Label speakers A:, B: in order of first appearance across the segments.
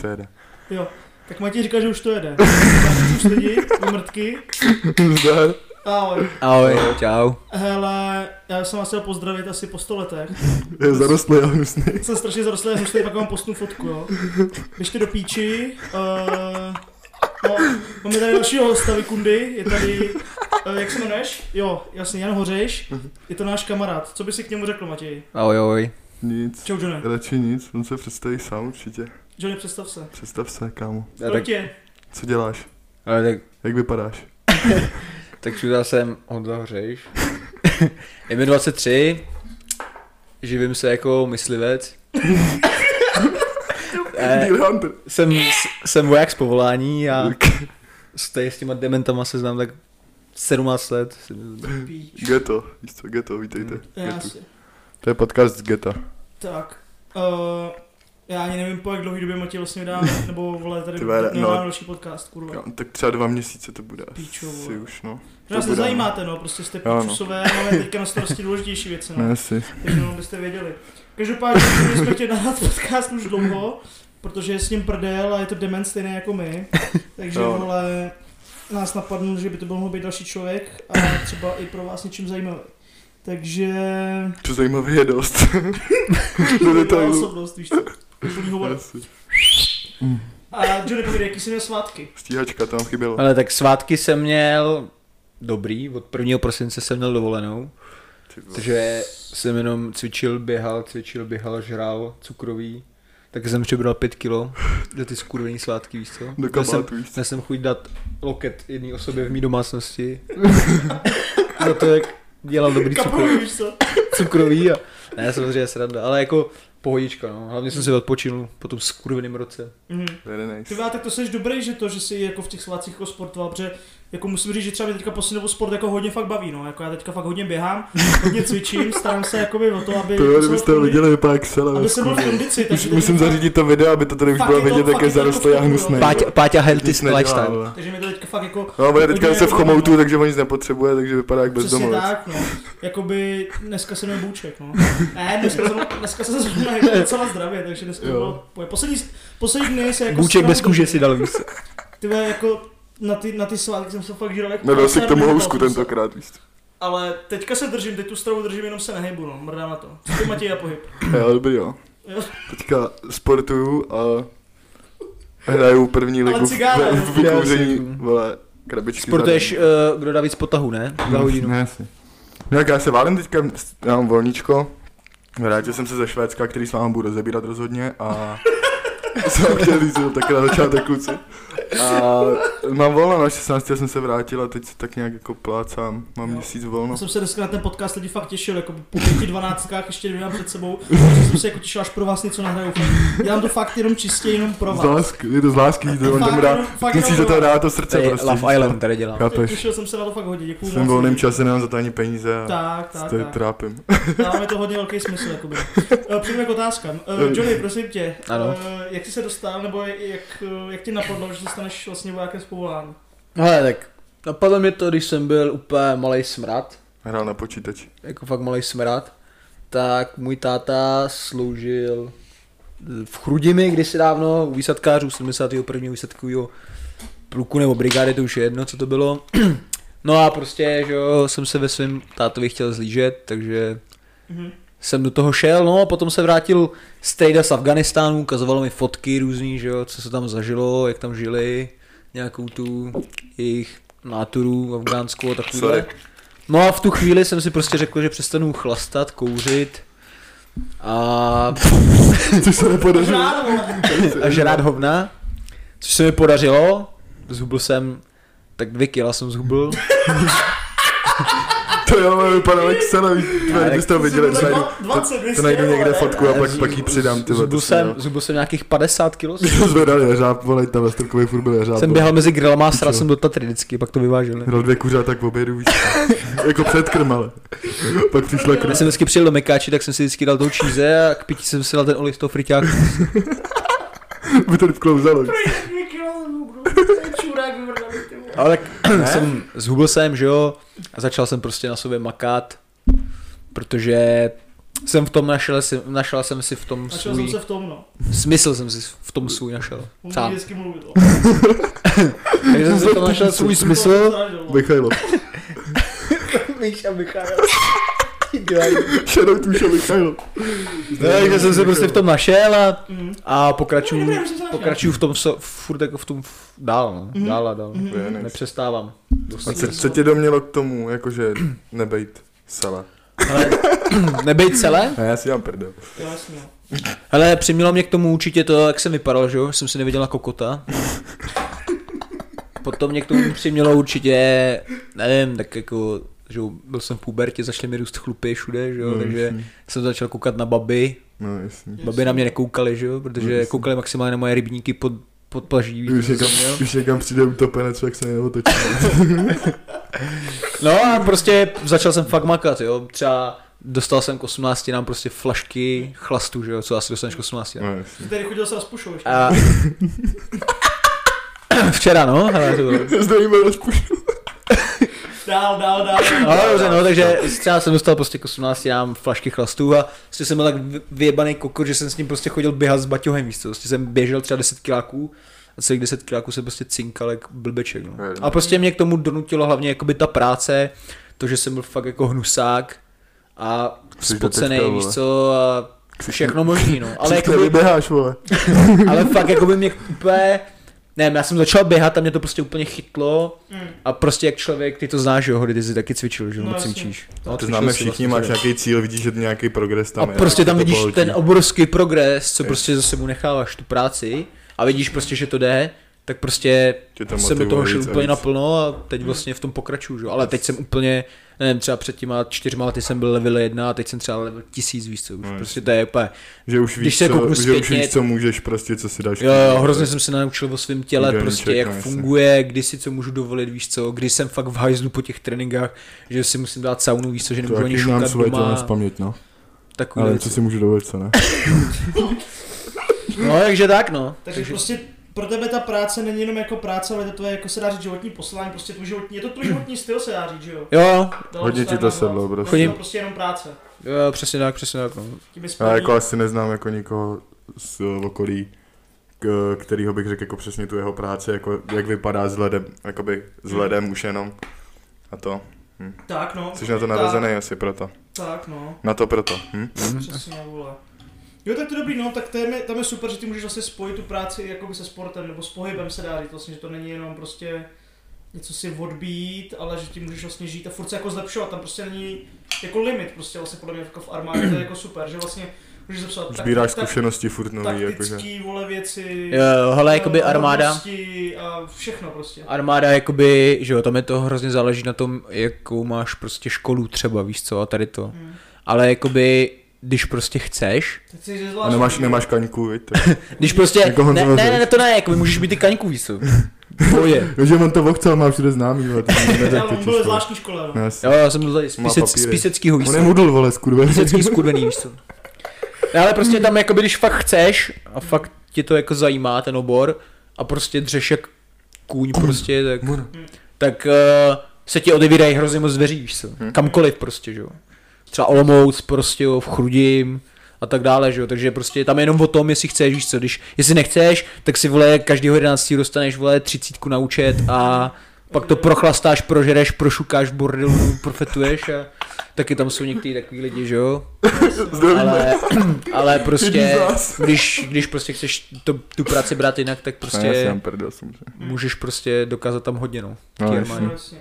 A: to jede.
B: Jo. Tak Matěj říká, že už to jede. Tak už lidi, mrtky.
A: Zdar.
B: Ahoj.
C: Ahoj, čau.
B: Hele, já jsem vás chtěl pozdravit asi po 100 letech.
A: Je zarostlý a hnusný.
B: Jsem strašně zarostlý a hnusný, pak vám postnu fotku, jo. Běžte do píči. Uh, no, máme tady dalšího hosta, Vikundy. Je tady, uh, jak se jmenuješ? Jo, jasně, Jan Hořejš. Je to náš kamarád. Co by si k němu řekl, Matěj?
C: Ahoj, ahoj.
A: Nic.
B: Čau, Johne.
A: Radši nic, on se představí sám určitě.
B: Johne, představ se.
A: Představ se, kámo.
C: A tak,
B: Pojď tě.
A: Co děláš?
C: ale tak,
A: Jak vypadáš?
C: tak všude jsem Honza Hořejš. je mi 23, živím se jako myslivec. eh,
A: Deer Hunter.
C: jsem, jsem voják z povolání a s, tady s těma dementama se znám tak 17 let.
B: Píč.
A: Geto. Víš co, Geto,
B: Mm.
A: vítejte.
C: Hmm.
A: Getu.
B: Jasně.
A: To je podcast z Geta.
B: Tak. Uh, já ani nevím, po jak dlouhý době Matěj vlastně dá, nebo vole, tady
A: Ty vole,
B: nedávám
A: no.
B: další podcast, kurva.
A: Jo, tak třeba dva měsíce to bude
B: Píčo,
A: asi
B: vole.
A: už, no.
B: Že nás
A: To bude,
B: nezajímáte, no, prostě jste
A: Jo, no.
B: píčusové, máme teďka na starosti důležitější věci, no.
A: Ne, asi.
B: Takže jenom byste věděli. Každopádně my jsme chtěli nahrát podcast už dlouho, protože je s ním prdel a je to dement stejný jako my. Takže
A: Jo.
B: vole, nás napadlo, že by to mohl být další člověk a třeba i pro vás něčím zajímavý. Takže...
A: To zajímavé je dost. Do detailu.
B: osobnost, víš co? Úplný hovor.
A: Asi.
B: A Johnny, povídej, jaký jsi měl svátky?
A: Stíhačka tam chybělo.
C: Ale tak svátky jsem měl dobrý, od 1. prosince jsem měl dovolenou,
A: Ty vole.
C: takže jsem jenom cvičil, běhal, cvičil, běhal, žral, cukrový. Tak jsem přibral 5 kilo do ty skurvený svátky, víš co?
A: Do
C: Měl jsem,
A: kabátu, víš co?
C: měl jsem chuť dát loket jedné osobě v mý domácnosti. Za to, jak dělal dobrý cukrový.
B: Kapruji, víš co?
C: cukrový a ne, samozřejmě sranda, ale jako pohodička, no. Hlavně jsem si odpočinul po tom skurveném roce.
B: Mhm.
A: Very
B: Ty
A: nice.
B: vole, tak to jsi dobrý, že to, že jsi jako v těch svátcích jako sportoval, protože jako musím říct, že třeba mě teďka poslední dobou sport jako hodně fakt baví, no. Jako já teďka fakt hodně běhám, hodně cvičím, starám se jakoby o to, aby...
A: To jo, kdybyste
B: docela-
A: ho viděli, vypadá jak sele.
B: vlastně- Aby jsem byl v kondici, takže...
A: Už musím zařídit to video, aby to tady už
B: Fakt
A: bylo
B: je to-
A: vidět,
B: fakt
A: jak
B: je
A: je
B: to
A: zarostlý a
B: jako
A: hnusný.
B: fakt
C: Páťa, Páťa Healthy
A: Nic nedělá,
C: Lifestyle.
A: vole.
B: Takže mi to teďka fakt jako...
A: No, bude teďka
B: hodně-
A: se v chomoutu, takže on nic nepotřebuje, takže vypadá jak
B: Přesně
A: bezdomovec.
B: tak, no. Jakoby dneska jsem měl bůček, no. Ne, dneska jsem, dneska jsem zrovna jako docela zdravě, takže dneska
A: Jo.
B: bylo... Poslední, poslední dny se jako...
C: Bůček
B: strám-
C: bez kůže si dal, víš co?
B: Ty vole, jako na ty, na ty svátky jsem se fakt žral jako...
A: Nedal si k tomu
B: prasár,
A: housku
B: nedal jsem se.
A: tentokrát, víš co.
B: Ale teďka se držím, teď tu stravu držím, jenom se nehejbu, no, mrdám na to. Co ty Matěj a pohyb?
A: Jo, dobrý jo.
B: Jo.
A: Teďka sportuju a hraju první
B: Ale
A: ligu v-
B: cigára,
A: v- v
B: jo.
A: vykouření,
C: Já si-
A: vole, krabičky.
C: Sportuješ,
A: za
C: eh, kdo dá víc potahu, ne?
A: den.
C: Za hodinu.
A: Ne, asi. No jak já se válím teďka, já mám volníčko. Vrátil jsem se ze Švédska, který s vámi budu rozebírat rozhodně a... Co jsem chtěl říct, no, tak na začátek kluci. A mám volno no, na 16, jsem se vrátil a teď se tak nějak jako plácám, mám
B: Jo.
A: měsíc volno.
B: Já jsem se dneska na ten podcast lidi fakt těšil, jako po pěti dvanáctkách ještě dvěma před sebou, protože jsem se jako těšil, až pro vás něco nahraju. Dělám to fakt jenom čistě jenom pro
A: Z
B: vás.
A: lásky, je to z lásky, to on
B: Fakt
A: tomu dá,
B: jenom- fakt jako
A: musíš
B: jenom
A: do toho dát to srdce
C: Tady
A: prostě.
C: Eh, Love Island tady dělám.
A: Chápeš?
B: Těšil jsem se na to fakt hodně, děkuju
A: V svém
B: moc.
A: volném čase nemám za to ani peníze a
B: vlastně. Tak, tak,
A: to je
B: tak.
A: trápím.
B: Dává mi No, to hodně velký smysl, jakoby. Eh, Přejdeme k otázkám. Eh, Johnny, prosím tě,
C: Ano.
B: eh, jak jsi se dostal, nebo jak, eh, jak ti napadlo, že se staneš vlastně vojákem z povolání?
C: Hele, tak napadlo mě to, když jsem byl úplně malý smrad,
A: Hrál na počítači.
C: jako fakt malý smrad, tak můj táta sloužil v Chrudimi kdysi dávno u výsadkářů 71. výsadkového pluku nebo brigády, to už je jedno, co to bylo. No a prostě, že jo, jsem se ve svém tátovi chtěl zlížet, takže
B: Mhm.
C: jsem do toho šel, no a potom se vrátil strejda z Afganistánu, ukazovalo mi fotky různý, že jo, co se tam zažilo, jak tam žili, nějakou tu jejich náturu afgánskou a takovýhle.
A: Sorry.
C: No a v tu chvíli jsem si prostě řekl, že přestanu chlastat, kouřit a,
A: Což se nepodařilo.
B: Rád, vole.
C: a žrát hovna, což se mi podařilo, zhubl jsem, tak dvě kila jsem zhubl.
A: To jo, ale vypadalo jak sele,
C: Ale
A: vy jste ho
B: to
A: viděli,
B: bylo
A: to najdu,
B: 20, vy
A: to
B: jste,
A: najdu
B: vole,
A: někde
B: ne?
A: fotku a pak, pak jí přidám, ty vole,
C: zhubl,
A: to
C: jsem, zhubl jsem nějakých 50 kilo.
A: My jsme zvedali jeřáb, vole, tam ve Strkově furt byl jeřáb.
C: Jsem
A: vole.
C: běhal mezi grilama a sral
A: Co?
C: jsem do Tatry vždycky, pak to vyváželi.
A: Hrál dvě kuřáta k obědu, víš. co. jako před krm, ale. Pak přišla krm.
C: Já jsem vždycky přijel do Mekáči, tak jsem si vždycky dal toho číze a k pití jsem si dal ten olej z toho friťáku.
A: By to vklouzalo.
B: Dvě kilo zhubnu, bro. To je čurák vyvrdaný, ty vole.
C: Ale tak jsem, zhubil jsem, že jo, a začal jsem prostě na sobě makat, protože jsem v tom našel, si, našel jsem si v tom
B: Našel jsem
C: svůj,
B: se v tom, no.
C: smysl jsem si v tom svůj našel,
B: Umím
C: sám.
B: vždycky mluvit. o.
C: Takže jsem si v tom našel svůj
B: To
C: smysl.
B: zradil, no.
A: Michailov.
C: Víš a Michal.
A: Shadow tušel Michailov.
C: Takže jsem se prostě v tom našel a,
B: Mhm.
C: a
B: No,
C: pokračuju,
B: dobré, už jsem se našel.
C: pokračuju v tom, so- furt jako v tom f- dál, no.
B: Mhm.
C: dál a dál.
B: Mhm.
A: Je, nice.
C: Nepřestávám. Dost.
A: A co, co tě domělo k tomu, jakože nebejt sela?
C: Ale nebejt celé?
A: Ne, já si dělám prdel.
B: Jo, jasně, no.
C: Hele, přimělo mě k tomu určitě to, jak jsem vypadal, že jo? Jsem si neviděl na kokota. Potom mě k tomu přimělo určitě, nevím, tak jako, že jo, byl jsem v pubertě, začaly mi růst chlupy všude, že jo,
A: No,
C: takže
A: jasný.
C: jsem začal koukat na baby.
A: No jasný.
C: Baby na mě nekoukaly, že jo,
A: No,
C: protože
A: jasný.
C: koukali maximálně na moje rybníky pod, pod plaží.
A: Už
C: co jsem
A: někam,
C: měl.
A: už někam přijde utopenec, jak se neotočí.
C: No a prostě začal jsem fakt makat, jo, třeba dostal jsem k 18 nám prostě flašky chlastu, že jo, co asi dostaneš k 18 nám.
A: No jasný.
B: Ty tady chodil se rozpušovat ještě.
C: A... Včera, no, hele, to bylo.
A: Zdravíme rozpuštěl.
B: Dál, dál, dál.
C: No, dobře, no, takže třeba jsem dostal prostě k 18 nám flašky chlastů a prostě jsem byl tak vy- vyjebaný kokot, že jsem s ním prostě chodil běhat s baťohem místo. Prostě jsem běžel třeba 10 kiláků a celých 10 kiláků jsem prostě cinkal jak blbeček. No. A prostě mě k tomu donutilo hlavně jakoby ta práce, to, že jsem byl fakt jako hnusák a
A: Jsi
C: spocený,
A: detečka,
C: víš
A: vole.
C: co, a všechno možný, no. Ale
A: Ale jak
C: jakoby,
A: vyběháš, vole.
C: ale fakt jako by mě úplně, nevím, já jsem začal běhat a mě to prostě úplně chytlo a prostě jak člověk, ty to znáš, že jo, Hody, ty jsi taky cvičil, že jo,
B: Mm. No,
C: no,
B: jasně.
C: cvičíš. No,
A: To
C: cvičil
A: známe
C: jsi
A: všichni,
C: vlastně,
A: máš
C: že jo.
A: nějaký cíl, vidíš, že nějaký progres tam
C: A
A: je. jako
C: prostě tam
A: to
C: vidíš
A: pohltí.
C: ten obrovský progres, co prostě za sebou necháváš tu práci a vidíš prostě, že to jde, tak prostě
A: Tě to
C: jsem do
A: motivuje
C: toho
A: víc
C: šel
A: a
C: úplně
A: víc.
C: naplno a teď vlastně v tom pokračuju, že? jo. ale teď jsem úplně, nevím, třeba před těma čtyřma lety jsem byl level jedna a teď jsem třeba level tisíc, víc co, už
A: No,
C: prostě to je úplně,
A: Že už
C: Když
A: víš,
C: se kouknu
A: co, že už
C: zpětně-
A: víš, co můžeš, prostě, co si dáš.
C: Jo, jo, hrozně jsem se naučil o svém těle,
A: Jídelníček,
C: prostě jak
A: no, jasně.
C: funguje, kdy si co můžu dovolit, víš co, kdy jsem fakt v hajzlu po těch tréninkách, že si musím dát saunu, víš co, že
A: To
C: nemůžu ani
A: jaký mám
C: šukat
A: svoje to
C: doma,
A: nespamět, no.
C: takový
A: Ale co si můžu dovolit, co ne?
C: No, takže tak, no.
B: Takže, Takže
C: Takže,
B: prostě pro tebe ta práce není jenom jako práce, ale to je tvoje, jako se dá říct, životní poslání, prostě tvůj životní, je to tvůj životní styl, se dá říct, že jo?
C: jo,
B: Dalo
A: Hodně
B: se
A: ti
B: tam
A: to
B: nazvat.
A: sedlo,
B: Prostě
A: prostě.
C: Chodím-
B: to prostě jenom práce.
C: jo, přesně tak, přesně tak, no.
B: Tím
A: Já
B: je splnění.
A: jako asi neznám jako nikoho z eh, okolí, k- kterýho bych řekl jako přesně tu jeho práci, jako jak vypadá s ledem, jakoby s ledem už jenom. A to,
B: Tak no.
A: jsi na to narazený asi proto.
B: Tak no,
A: Na to proto, hm?
B: přesně vole. Jo, tak to je dobrý, no, tak to je, tam je super, že ty můžeš vlastně spojit tu práci jakoby se sportem, nebo s pohybem se dá říct, vlastně, že to není jenom prostě něco si odbít, ale že ti můžeš vlastně žít a furt se jako zlepšovat, tam prostě není jako limit, prostě vlastně podle mě jako v armádě to je jako super, že vlastně můžeš zapsat
A: Sbíráš
B: tak,
A: zkušenosti furt nový, jakože.
B: taktický, vole věci,
C: Jo, hele, jakoby
B: eh,
C: armáda,
B: hodnosti A všechno prostě.
C: Armáda, jakoby, že jo, tam je to hrozně záleží na tom, jakou máš prostě školu třeba, víš co, a tady to.
B: Hmm.
C: Ale jakoby, když prostě chceš,
B: Tak si že
A: A
B: zvlášť,
A: nemáš, nemáš kaňku, viď? tak-
C: Když prostě,
A: Jako
C: ne,
A: Honza
C: ne,
A: Mazej.
C: ne, ne, to ne, jako můžeš být ty kaňku víc, co? Boje.
A: Jo, No, že on to ochcel, má všude známý, ale to mi
B: Já
A: neřekl
B: on
A: ti
B: byl
A: skoro.
B: ve zvláštní škole, no.
A: No, jasně.
C: Jo, já jsem byl tady z,
A: Má
C: písec, z
A: papíry.
C: píseckýho víc.
A: On je mudl, vole, skurve.
C: Písecký skurvený, víš co? Ne, ale prostě tam, jakoby, když fakt chceš a fakt tě to jako zajímá, ten obor, a prostě dřeš jak kůň prostě, tak, tak uh, se ti odevírají hrozně moc dveří, víš co? Kamkoliv prostě, že jo. Třeba Olomouc prostě, jo, v Chrudim, a tak dále, že jo, takže prostě tam je jenom o tom, jestli chceš, víš co, když, jestli nechceš, tak si vole každého 11. dostaneš vole třicítku na účet a pak to prochlastáš, prožereš, prošukáš v bordelu, profetuješ a taky tam jsou některý takový lidi, že jo, ale, ale
A: Jedni z
C: prostě,
A: nás.
C: když, když prostě chceš to, tu práci brát jinak, tak
A: Ne, já si
C: prostě
A: dám prdel, samozřejmě.
C: můžeš prostě dokázat tam hodně, no. v té
A: No,
C: armádě.
B: No, jasně.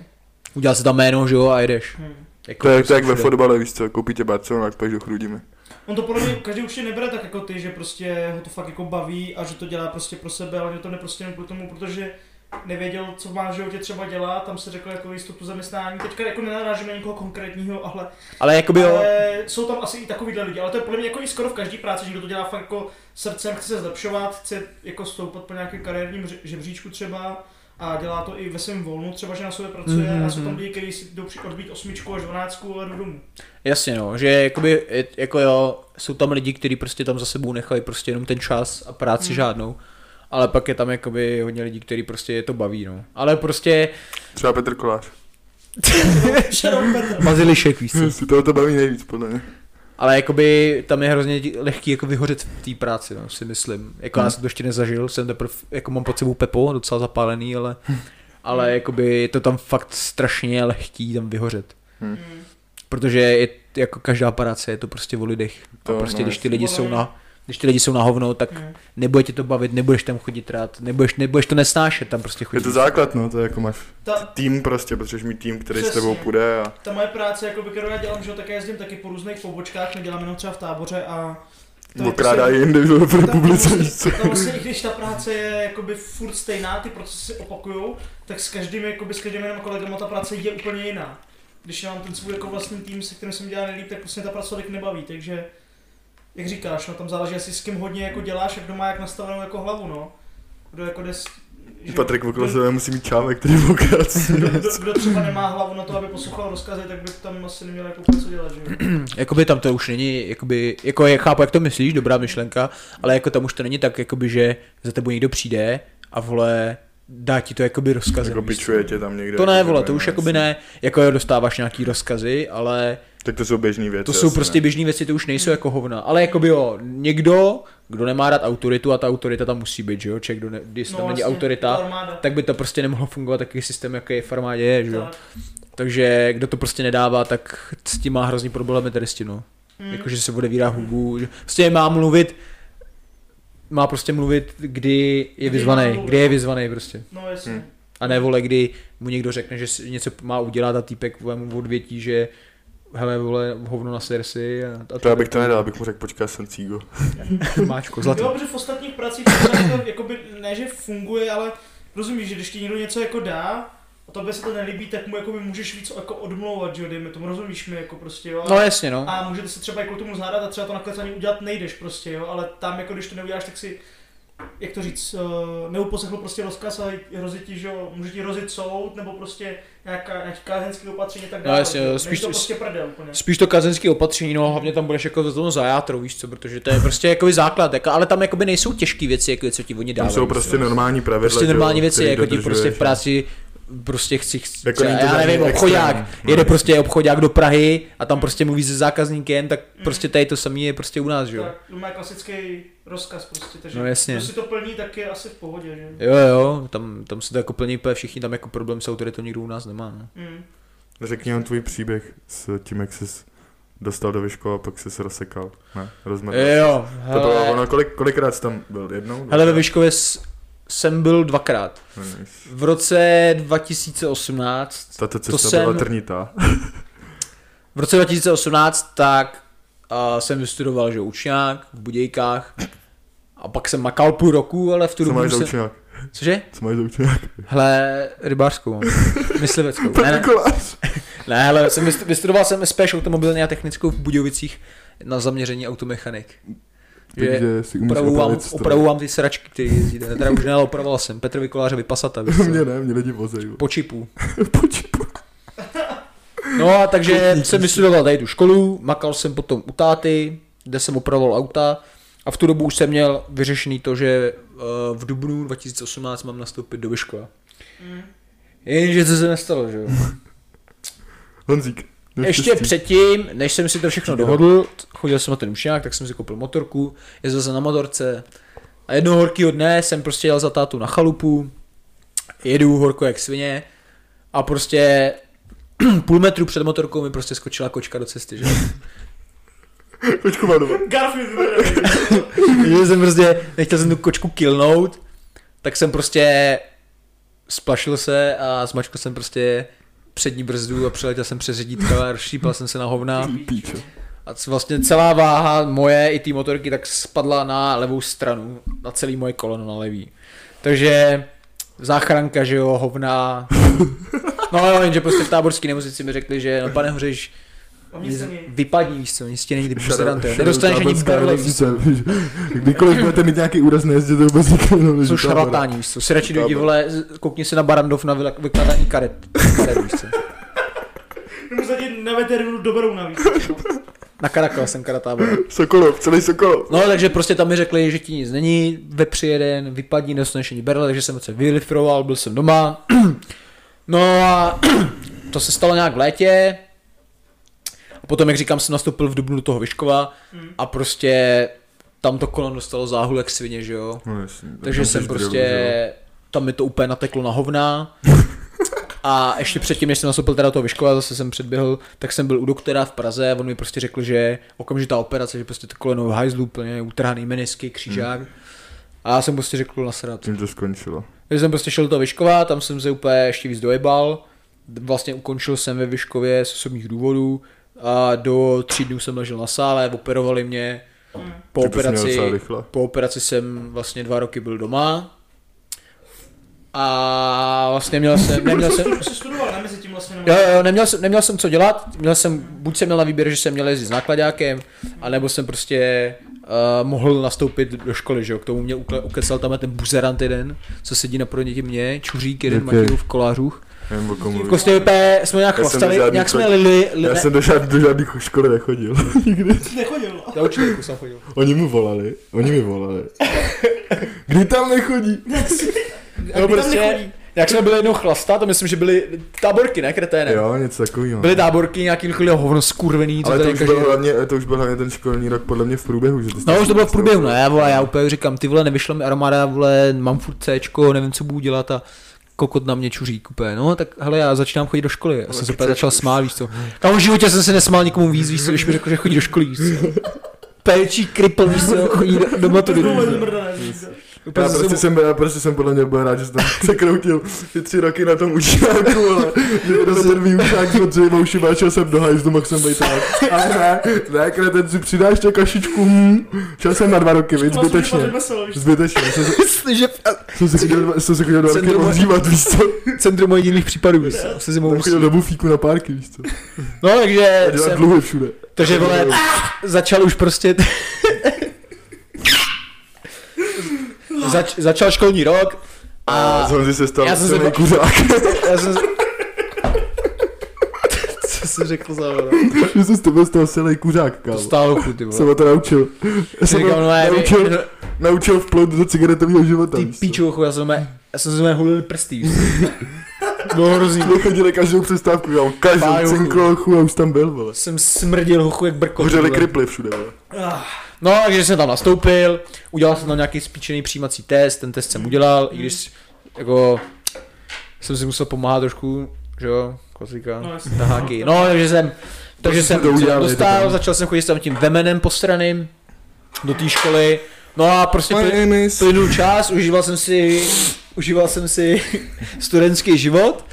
C: Udělat si tam jméno, že jo, a jedeš.
B: Hm.
C: Jako
A: To je to
C: prostě
A: jak ve
C: všude.
A: fotbale, víš co, koupí tě Barcelona, tak půjdeš do Chrudimi.
B: On to podle mě každý určitě nebere tak jako ty, že prostě ho to fakt jako baví a že to dělá prostě pro sebe, ale že to neprostě jenom pro tomu, protože nevěděl, co má v životě třeba dělat, tam se řekl jako jistotu zaměstnání. Teďka jako nenarážíme na nikoho konkrétního, ale,
C: Ale jakoby jo,
B: ale jsou tam asi i takovýhle lidi, ale to je podle mě jako i skoro v každý práci, že kdo to dělá fakt jako srdcem, chce se zlepšovat, chce jako stoupat po nějakém kariérním ř- žebříčku třeba a dělá to i ve svém volnu třeba, že na sobě pracuje mm-hmm. a jsou tam lidi, kteří si jdou při- odbít osmičku až dvanáctku a do domů.
C: jasně no, že jakoby, je- jako jo, jsou tam lidi, kteří prostě tam za sebou nechají prostě jenom ten čas a práci žádnou. Ale pak je tam jakoby hodně lidí, kteří prostě je to baví, no. Ale prostě
A: Třeba Petr Kolář.
B: Shadow Peter.
C: mazilišek, víš co.
A: Si toho to baví nejvíc, podle mě.
C: Ale jakoby tam je hrozně dí- lehký jako vyhořet v té práci, no, si myslím. Jako
A: Hmm.
C: já jsem to ještě nezažil, jsem teprve, jako mám pod sebou Pepo, docela zapálený, ale,
A: Hm.
C: ale jakoby je to tam fakt strašně lehký tam vyhořet.
A: Hm.
B: Mm.
C: Protože je, jako každá práce je to prostě o lidech. To,
A: To,
C: a prostě
A: no,
C: když ty
A: jasně.
C: lidi jsou na, když ty lidi jsou na hovno, tak
B: Mm.
C: nebude tě to bavit, nebudeš tam chodit rád, nebudeš, nebudeš to nesnášet tam prostě
A: Je
C: chodit.
A: to základ, no, to je jako máš
B: Ta,
A: tým prostě, potřebuješ mít tým, který s
B: Přesně.
A: tebou půjde a
B: ta moje práce, jako by, kterou já dělám, že jo, tak já jezdím taky po různých pobočkách, my děláme jenom třeba v táboře a... to je
A: okrádá
B: prostě-
A: i jinde v
B: tam
A: republice. víš co.
B: Vlastně, tam vlastně, i když ta práce je jakoby furt stejná, ty procesy se opakujou, tak s každým, jakoby, s každým jiným kolegama ta práce je úplně jiná. Když já mám ten svůj jako vlastní tým, se kterým jsem dělal nejlíp, tak vlastně ta práce tolik nebaví, takže jak říkáš, no tam záleží asi s kým hodně jako děláš a kdo má jak nastavenou jako hlavu, no. Kdo jako jde s, že-
A: Patrik Vokla se musí mít čávek, který vokrát
B: kdo, kdo, kdo, třeba nemá hlavu na to, aby poslouchal rozkazy, tak by tam asi neměl jako úplně co dělat, že jo.
C: Jakoby tam to už není, jakoby, jako je, chápu, jak to myslíš, dobrá myšlenka, ale jako tam už to není tak, jakoby, že za tebou někdo přijde a vole, dá ti to jakoby rozkazy.
A: jako pičuje tě tam někde.
C: to ne,
A: jako
C: vole,
A: takhle,
C: to
A: no,
C: už jakoby
A: jasně.
C: ne, jako jo, dostáváš nějaký rozkazy, ale
A: Tak to jsou běžný věci.
C: to
A: jasně.
C: jsou prostě běžné věci, to už nejsou jako hovna. Ale jakoby jo, někdo, kdo nemá rád autoritu a ta autorita tam musí být, že jo, člověk, kdo ne, když tam není
B: No, jasně, ta
C: autorita,
B: vlastně armáda.
C: tak by to prostě nemohlo fungovat takový systém, jaký je v armádě je, že jo.
B: Tak.
C: Takže kdo to prostě nedává, tak s tím má hrozný problémy tady s tím, no.
B: Mm.
C: Jakože se odevírá hubu, že prostě má mluvit, má prostě mluvit, kdy je
B: má
C: vyzvaný,
B: mluvit.
C: kdy je vyzvaný prostě.
B: No jasně.
A: Hm.
C: A ne vole, kdy mu někdo řekne, že si něco má udělat a týpek vole, mu odvětí, že hele vole, hovno na sersi a, a
A: To já bych to nedal, abych mu řekl, počkej, já jsem cígo.
C: Máčko, zlatý.
B: Jo, protože v ostatních pracích to třeba to jakoby, ne, že funguje, ale rozumíš, že když ti někdo něco jako dá, a tobě se to nelíbí, tak mu jakoby můžeš víc jako odmlouvat, že jo, dejme tomu, rozumíš mi jako prostě, jo.
C: No jasně no.
B: a můžete se třeba jako tomu zhádat a třeba to nakonec ani udělat nejdeš prostě, jo, ale tam jako když to neuděláš, tak si, jak to říct, eh, neuposlechl prostě rozkaz a hrozí ti, že jo, může ti hrozit soud, nebo prostě nějaká, nějaký kázeňský opatření a tak
C: No
B: dále.
C: jasně,
B: že jo.
C: jo, spíš-
B: Není to prostě prdel úplně.
C: Spíš to kazenský opatření, no hlavně tam budeš jako v tom zajátru, víš co, protože to je prostě jakoby základ, jako, ale tam jakoby nejsou těžké věci, jako co ti oni
A: Tam
C: dávají.
A: jsou
C: víš co.
A: prostě normální pravidla.
C: Prostě
A: že jo,
C: normální věci,
A: který
C: jako ti
A: dodržuješ, no.
C: prostě v
A: jo.
C: práci prostě chci, chci
A: Jako
C: jako
A: není to
C: já
A: žádný
C: nevím,
A: extrém,
C: obchodák,
A: no.
C: jede prostě obchodák do Prahy a tam prostě mluví se zákazníkem, tak prostě tady to samé je prostě u nás, že jo?
B: Tak, to má klasický rozkaz prostě, takže
C: No jasně.
B: kdo si to plní, tak je asi v pohodě, že?
C: Jo, jo, tam, tam se to jako plní úplně všichni, tam jako problém s autoritou nikdo u nás nemá, no.
B: Mm.
A: Řekni nám tvůj příběh s tím, jak jsi dostal do výšku a pak jsi se rozsekal. Ne, rozmrdal.
C: Jo,
A: No, To bylo
C: Eh, hele,
A: ono, kolik, kolikrát jsi tam byl? Jednou?
C: hele ve Vyškově s- jsem byl dvakrát.
A: Nice.
C: V roce 2018
A: Tato cesta
C: jsem-
A: byla trnitá.
C: V roce 2018 tak uh, jsem vystudoval, že učňák v Budějkách a pak jsem makal půl roku, ale v tu
A: Co
C: dobu
A: máš za
C: jsem...
A: učňák?
C: Cože?
A: Co máš za učňák?
C: Hele, rybářskou mám. Mysliveckou. ne, ne,
A: Nikoláš!
C: ne, hele, jsem vystu- vystudoval jsem SP automobilní a technickou v Budějovicích na zaměření automechanik. Že
A: Takže si umíš
C: opravu vám,
A: opravit stroj.
C: opravu vám ty sračky, které jezdíte. Ne, Teda už ne, ale opravoval jsem. Petr Vykoláře vypasata. víš co?
A: Mě ne, mě lidi vozejí.
C: Po čipu.
A: Počkej.
C: No a takže jsem vystudoval tady tu školu, makal jsem potom u táty, kde jsem opravoval auta a v tu dobu už jsem měl vyřešený to, že eh, v dubnu 2018 mám nastoupit do Vyškola.
B: Mm.
C: Jenže to se nestalo, že jo.
A: Honzík.
C: Ještě předtím, než jsem si to všechno dohodl, chodil jsem na ten ušňák, tak jsem si koupil motorku, jezdil jsem na motorce a jednoho horkýho dne jsem prostě jel za tátu na chalupu, jedu horko jak svině a prostě půl metru před motorkou mi prostě skočila kočka do cesty, že?
A: Počku má doma.
B: Garfield vybere.
C: Takže jsem prostě, nechtěl jsem tu kočku killnout, tak jsem prostě splašil se a zmačkal jsem prostě přední brzdu a přiletěl jsem přes řídítka a rozšípal jsem se na hovna.
A: Píče.
C: A c- vlastně celá váha moje i té motorky tak spadla na levou stranu, na celý moje koleno na levý. Takže záchranka, že jo, hovna. No jo, jenže prostě v táborský nemocnici mi řekli, že no pane Hořeš,
B: Oni se mi-
C: vypadní, víš co, nic tě nejde, protože
A: Shadow-
C: sedante.
A: Shadow
C: Nedostaneš ani
A: táborská
C: berle, víš co.
A: nemocnice, víš. Kdykoliv budete mít nějaký úraz, nejezděte vůbec nikdo.
C: Jsou šarlatáni, víš co, si radši
A: Tábor.
C: dojdi, vole, z- koukni se na Barandov na vyla- vykládání karet, karet víš co.
B: Nebo se ti na veterinu doberou navíc. no.
C: Na Karakal jsem karatábor.
A: Sokolov, celý Sokolov.
C: No, takže prostě tam mi řekli, že ti nic není, vepři jeden, vypadní, nedostaneš ani berle, takže jsem se vylifroval, byl jsem doma. No a to se stalo nějak v létě. A Potom, jak říkám, jsem nastoupil v dubnu do toho Vyškova
B: Mm.
C: a prostě tam to koleno dostalo záhul jak svině, že jo.
A: No, jasně, tak
C: Takže
A: tam jsi
C: jsem
A: zdril, že jo.
C: prostě, tam mi to úplně nateklo na hovna. A ještě předtím, než jsem nastoupil teda do toho vyškola, zase jsem předběhl, tak jsem byl u doktora v Praze a on mi prostě řekl, že okamžitá operace, že prostě to koleno v hajzlu, plně utrhaný menisky, křížák.
A: Hmm.
C: A já jsem prostě řekl nasrat.
A: Tím to skončilo.
C: Takže jsem prostě šel do toho Vyškova, tam jsem se úplně ještě víc dojebal. Vlastně ukončil jsem ve Vyškově z osobních důvodů. A do tří dnů jsem ležel na sále, operovali mě. Po
A: Ty to jsi měl
C: operaci,
A: docela rychle.
C: po operaci jsem vlastně dva roky byl doma. A vlastně měl jsem, neměl jsem,
B: Jsi studoval, ne? Mezi tím vlastně nebo...
C: jo, jo, neměl, jsem, neměl jsem co dělat, měl jsem, buď jsem měl na výběr, že jsem měl jezdit s nákladákem, anebo jsem prostě uh, mohl nastoupit do školy, že jo, k tomu mě ukle, ukecal tam ten buzerant jeden, co sedí naproti mě, čuřík jeden,
A: Jaký?
C: Matějů v kolářůch.
A: Nevím, o komu. mluvíš.
C: Prostě úplně jsme nějak
A: Já jsem
C: chlastali,
A: žádný
C: nějak jsme
A: ko-
C: lili,
A: Já
C: lili,
A: jsem do žádné, do žádné školy nechodil.
B: Nechodil.
C: na učitelku jsem chodil.
A: Oni mu volali, oni mi volali. Kdy tam nechodí?
C: No,
B: kdy tam
C: prostě,
B: nechodí?
C: jak jsme byli jednou chlasta, to myslím, že byly táborky, ne, kreténe?
A: Jo, něco takového.
C: Byly táborky, nějaký takový hovno skurvený, co
A: Ale to
C: tady
A: už,
C: každý...
A: byl hlavně, to už byl hlavně ten školní rok podle mě v průběhu. Že ty jsi
C: No
A: tam
C: už to bylo v
A: prostě
C: průběhu, ne, vole, já úplně říkám, ty vole, nevyšla mi armáda, vole, mám furt Cčko, nevím, co budu dělat a kokot na mě čuřík úplně, no tak hele, já začínám chodit do školy, já jsem se Hmm. úplně začal smát, víš co. Tam v životě jsem se nesmál nikomu víc, víš co, když mi řekl, že chodí do školy, víš co. Péčí kripl, víš co, chodí do, do matury, víš co.
A: Já
C: Úplně jsem
A: prostě,
C: se-
A: jsem, já prostě jsem podle mě byl rád, že jsem tam se kroutil ty tři roky na tom učňáku, ale že prostě ten výučák s odřejmou šibáčel jsem do hajzlu, mohl jsem být tak. A ne, ne, kreten si přidáš tě kašičku, hm. Šel jsem na dva roky, víc, zbytečně. Zbytečně, jsem se-
C: Myslím, že v
A: jsem se chodil- jsem se chodil dva roky
C: Centrum-
A: ohřívat, víš co?
C: centrum jediných případů, víš co, se zimou
A: Jsem
C: musí.
A: chodil do bufíku na párky, víš co?
C: No
A: A
C: takže
A: dělat
C: jsem,
A: dluhy všude.
C: Takže vole, začal už prostě... Zač, začal školní rok
A: A
C: a
A: Honzi se stal
C: já jsem se
A: silnej
C: ba-
A: kuřák,
C: já jsem... Co jsi řekl za hora?
A: že se s tebou stal silnej kuřák, kámo.
C: Stálo chuť, ty
A: Jsem
C: vole.
A: ho to naučil. Já
C: Jsem
A: jsem ho
C: říkal, no, já,
A: naučil,
C: no,
A: naučil vplout do cigaretového života.
C: ty
A: víš co?
C: píčuchu, já jsem mé, já jsem se mé hulil prsty, víš co? Bylo hrozný.
A: Jsme chodili každou přestávku, já
C: Páju.
A: každou cinklochu a už tam byl, vole.
C: Jsem smrdil hochu jak brko.
A: Hořeli
C: vole.
A: kriply všude, vole.
C: No, takže jsem tam nastoupil, udělal jsem tam nějaký spíčený přijímací test, ten test jsem udělal, i když jako jsem si musel pomáhat trošku, že jo, klasika,
B: No,
C: no,
B: jasně.
C: taháky. No, takže jsem, takže
A: jsme
C: jsem
A: to udělali,
C: dostal,
A: to tam.
C: začal jsem chodit s tam tím vemenem postraným do té školy, no a prostě pl-
A: name is...
C: plynul čas, užíval jsem si, užíval jsem si studentský život,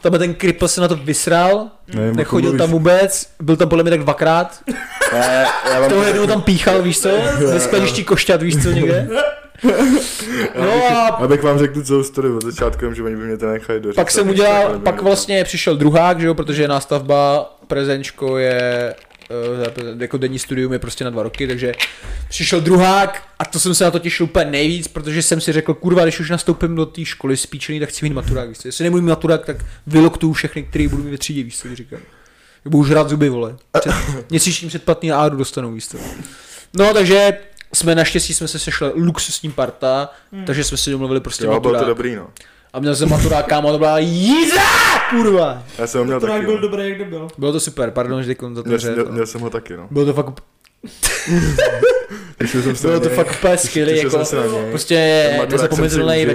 C: tam ten kripl se na to vysral,
A: Nevím,
C: nechodil tam vůbec, byl tam podle mě tak dvakrát,
A: Ne, já vám...
C: toho jednou tam píchal, víš co? Ve skladišti košťat, víš co, někde? No a
A: Abych vám řekl tu celou story od začátku, jenom, že oni by mě to nechali doříct.
C: pak jsem
A: Tak
C: udělal,
A: takhle by
C: pak
A: mě-
C: vlastně přišel druhák, že jo, protože nástavba Prezenčko je eh, jako denní studium je prostě na dva roky, takže přišel druhák a to jsem se na to těšil úplně nejvíc, protože jsem si řekl, kurva, když už nastoupím do té školy spíčený, tak chci mít maturák, víš co? Jestli nemůžu mít maturák, tak vyloktuju všechny, který budu mít ve třídě, víš co ti říkám. Budu už rád zuby, vole. Před, měsíčním předplatný a áru dostanou, víš co? No, takže jsme naštěstí jsme se sešli luxusní parta, hmm. takže jsme si domluvili prostě
A: Jo, bylo
C: maturák.
A: to dobrý, no.
C: A měl jsem maturák, kámo, a to byla jízda, kurva.
A: Já jsem ho měl
B: Trák
A: taky,
B: byl
A: no.
B: dobrý, jak byl.
C: Bylo to super, pardon, že teďkon za to
A: Měl, jsem-
C: řek,
A: měl,
C: no.
A: měl jsem ho taky, no.
C: Bylo to fakt,
A: Těšil jsem se
C: bylo
A: na
C: to
A: něj.
C: fakt úplně skvělý,
A: Těšil
C: jako
A: jsem se na něj.
C: prostě
A: Ten maturák jsem si
C: nezapomenutelný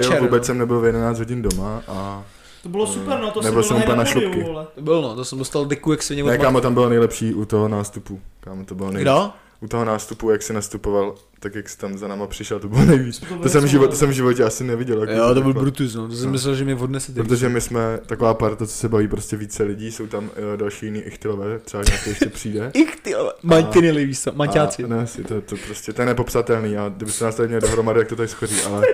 A: užil,
C: večer.
A: Vůbec
C: no.
A: jsem nebyl v 11 hodin doma a...
B: To bylo super, no to
A: Nebyl
B: jsem
A: jsem
B: byl
A: úplně na
B: na pódiu,
A: šlupky.
B: vole.
C: To bylo no, to jsem dostal deku jak svině od
A: Ne,
C: matky.
A: kámo, tam bylo nejlepší u toho nástupu. Kámo, to bylo nejlepší.
C: Kdo?
A: u toho nástupu, jak jsi nastupoval, tak jak jsi tam za náma přišel, to bylo nejvíc.
B: To bylo
A: To jsem,
B: něco
A: život, to
B: nového.
A: jsem v životě asi neviděl. jako
C: no. Jo, to byl
A: takhle.
C: Brutus, no, to jsem
A: No.
C: myslel, že mě odnese ty.
A: Protože my jsme taková parta, co se baví prostě více lidí, jsou tam uh, další jiný ichtylové, třeba nějaký ještě přijde.
C: Ich ty, ale, mantinily, víš co, manťáci.
A: A, ne, si to, to prostě, to je nepopsatelný a kdyby se nás tady měli dohromady, jak to tady schodí, ale...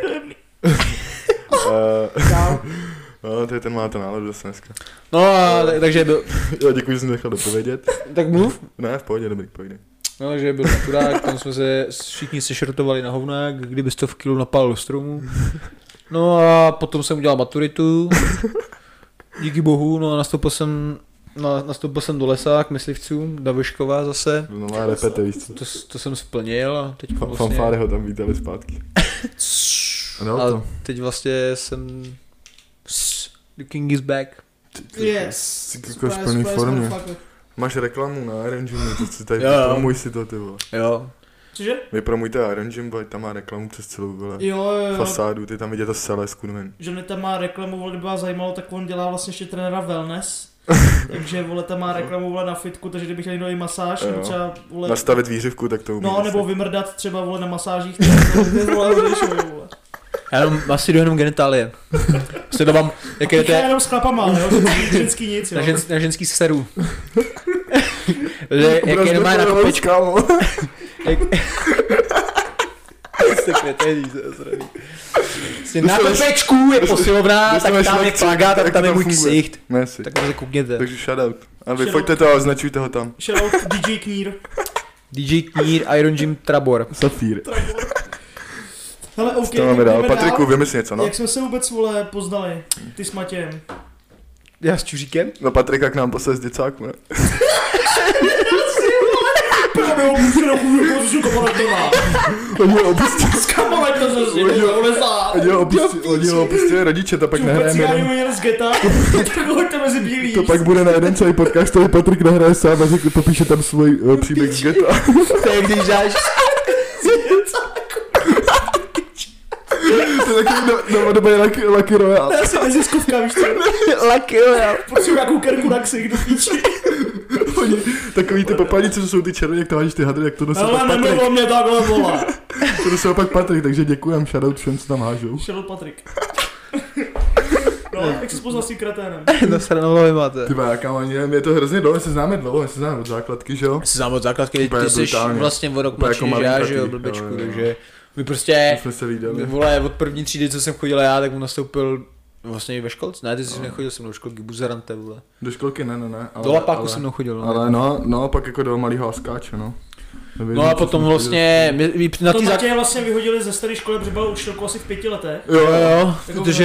A: Eh, No, tady ten má to náladu zase dneska.
C: No a tak- takže byl,
A: Jo, děkuji, že jsem nechal dopovědět.
C: tak mluv.
A: Ne, v pohodě, dobrý, pohodě.
C: No, takže byl maturák, tam jsme se všichni sešrotovali na hovnák, kdyby 100 kg napálil do stromu. No a potom jsem udělal maturitu, díky bohu, no a nastoupil jsem, na, nastoupil jsem do lesa k myslivcům, do Vyškova zase.
A: No má repete, víš co.
C: Jako To, s- to jsem splnil a teď
A: Fa-
C: vlastně,
A: Fanfáry ho tam vítali zpátky. No,
C: a
A: to.
C: teď vlastně jsem, s- the king is back.
B: Yes.
A: Jsi jako v plný formě. Máš reklamu na Iron Gymu, to si tady
C: Jo, jo.
A: promuj si to, ty vole.
C: Jo.
B: Cože?
A: Vy promujte Iron Gym, boy, tam má reklamu přes celou, vole.
B: Jo, jo, jo.
A: Fasádu, ty tam vidět to celé skurven.
B: Že mě tam má reklamu, vole, kdyby vás zajímalo, tak on dělá vlastně ještě trenéra wellness. takže vole tam má reklamu vole na fitku, takže kdybych chtěl někdo i masáž,
A: Jo.
B: nebo třeba vole,
A: Nastavit výřivku, tak to umíš.
B: no nebo vymrdat třeba vole na masážích, tak to je vole, vole, vole.
C: Já jenom, asi jdu jenom genitálie. Se to vám, jaké to
B: Já
C: je,
B: jenom s chlapama, ale jo, že ženský nic, jo.
C: na, žen, na ženský seru. Že, jak jenom má na kopečku.
A: kámo.
C: Jak... Jste kreténí, se zraní. Jsi Prostě na
A: Když to
C: kopečku je
A: když to-
C: posilovná,
A: když to
C: tak
A: máš
C: tam je
A: lekci,
C: plagát, tak
A: tak
C: tam
A: to
C: je
A: tam
C: můj
A: funguje.
C: ksicht.
A: Ne, si.
C: Tak se koukněte.
A: Takže shoutout. A
B: Shoutout.
A: vy foťte to a označujte ho tam.
B: Shoutout DJ Knír.
C: DJ Knír, Iron Jim Trabor.
A: Safír.
B: Trabor. Hele, OK,
A: To máme
B: tak
A: dál.
B: jdeme
A: Patriku, vymysl něco, no.
B: Jak jsme se vůbec, vole, poznali? Ty s Matějem.
C: Já s Čuříkem?
A: No Patrika k nám poslal z děcáku, ne?
B: Právě ho můžu na půl roku zůžu kopat doma.
A: Oni ho opustili.
B: Kamale to zase,
A: Oni ho-
B: to nezá.
A: Oni ho opustili, oni ho opustili rodiče, to pak
B: Čupec
A: nehrajeme.
B: já
A: jenom-
B: jim z geta, tak hoďte mezi bílý.
A: To pak bude na jeden celý podcast, který Patrik nahraje sám a řekne, popíše tam svůj uh, příběh z geta.
C: To je když dáš...
A: to je takový no, no, dobrý Lucky, Lucky Royale.
B: Já si neziskovka, víš co?
C: Lucky, jo.
B: Prosím, nějakou kerku na ksich, do píči.
A: Oni, takový ty popelnice, co jsou ty červené, jak to vážíš ty hadry, jak to nosil
B: Hele,
A: pak Patrik.
B: nemluv o mě takhle, vole.
A: To nosil pak Patrik, takže děkujem, shoutout všem, co tam hážou.
B: Šel Patrik. No, jak jsi poznal s tím kreténem?
C: No sranovali máte.
A: Ty vole, já kámo, ani nevím, je to hrozně dlouho, my se známe dlouho, my se známe od základky, že jo?
C: Jsi znám od základky,
A: Úplně
C: ty jsi
A: brutálně.
C: vlastně o rok
A: Úplně jako
C: mladší než já,
A: malinkatý,
C: že jo,
A: jo, jo,
C: blbečku,
A: jo.
C: takže my
A: My
C: prostě,
A: jsme se viděli.
C: vole, od první třídy, co jsem chodil já, tak on nastoupil vlastně ve školce, ne, ty jsi nechodil se mnou do školky, buzerante, vole.
A: Do školky ne, ne, ne. Ale,
C: Do lapáku
A: ale-
C: se mnou chodil, no.
A: Ale no, no, pak jako do malého haskáče, no. Nevěděl,
C: No a
A: co
C: potom
A: jsme
C: vlastně, my, my na
B: To
C: té zák...
B: Matěje vlastně vyhodili ze staré školy, protože byl učitelku asi v pěti letech.
A: chodili. Jo,
C: Jo,
A: jo.
C: jo, protože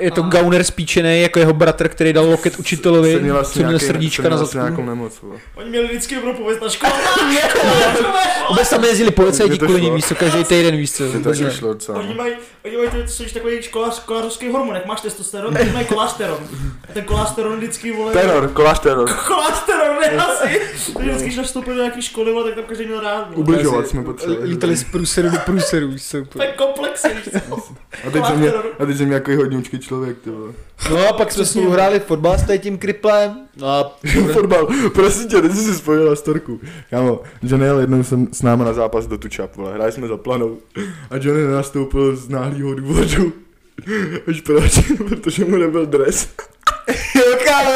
C: je to gauner spíčený jako jeho bratr, který dal loket učitelovi,
A: Jsem měl vlastně
C: co měl
A: nějaký- jsem
C: srdíčka
A: měl
C: na
A: vlastně
C: zadku.
A: nějakou nemoc, vole.
B: Oni měli vždycky dobrou pověst na škole.
C: Obe sami jezdili
A: Mně
C: policajti
A: to
C: kvůli
A: šlo.
C: ním, víš co, každý týden, víš co,
A: Mě to
C: vůbec
A: taky
C: ne.
A: šlo docela.
B: Oni
A: no.
B: mají, oni mají, to- což takový školář, školářský hormon, jak máš testosteron, tak mají kolasteron. A ten kolasteron vždycky vole...
A: Teror, koláš teror.
B: Kolasteron, ne asi. Takže vždycky, když navstoupil do nějaký školy, vole, tak tam každý měl rád. vole.
A: Ubližovat jsme potřebovali.
C: Lítali z průseru do průseru, víš co.
B: To je komplexní. víš co?
A: A teď jsem mě, a teď jsem mě jako hodňoučký člověk, ty vole.
C: No a pak jsme spolu hráli fotbal s tady tím kriplem. No a
A: Fotbal, prosím tě, teď jsi si spojila storku. Kámo, Johnny jel jednou jsem s náma na zápas do Tučap, vole, hráli jsme za planou. A Johnny nenastoupil z náhlého důvodu. Až proč? Protože mu nebyl dres.
C: jo, kámo,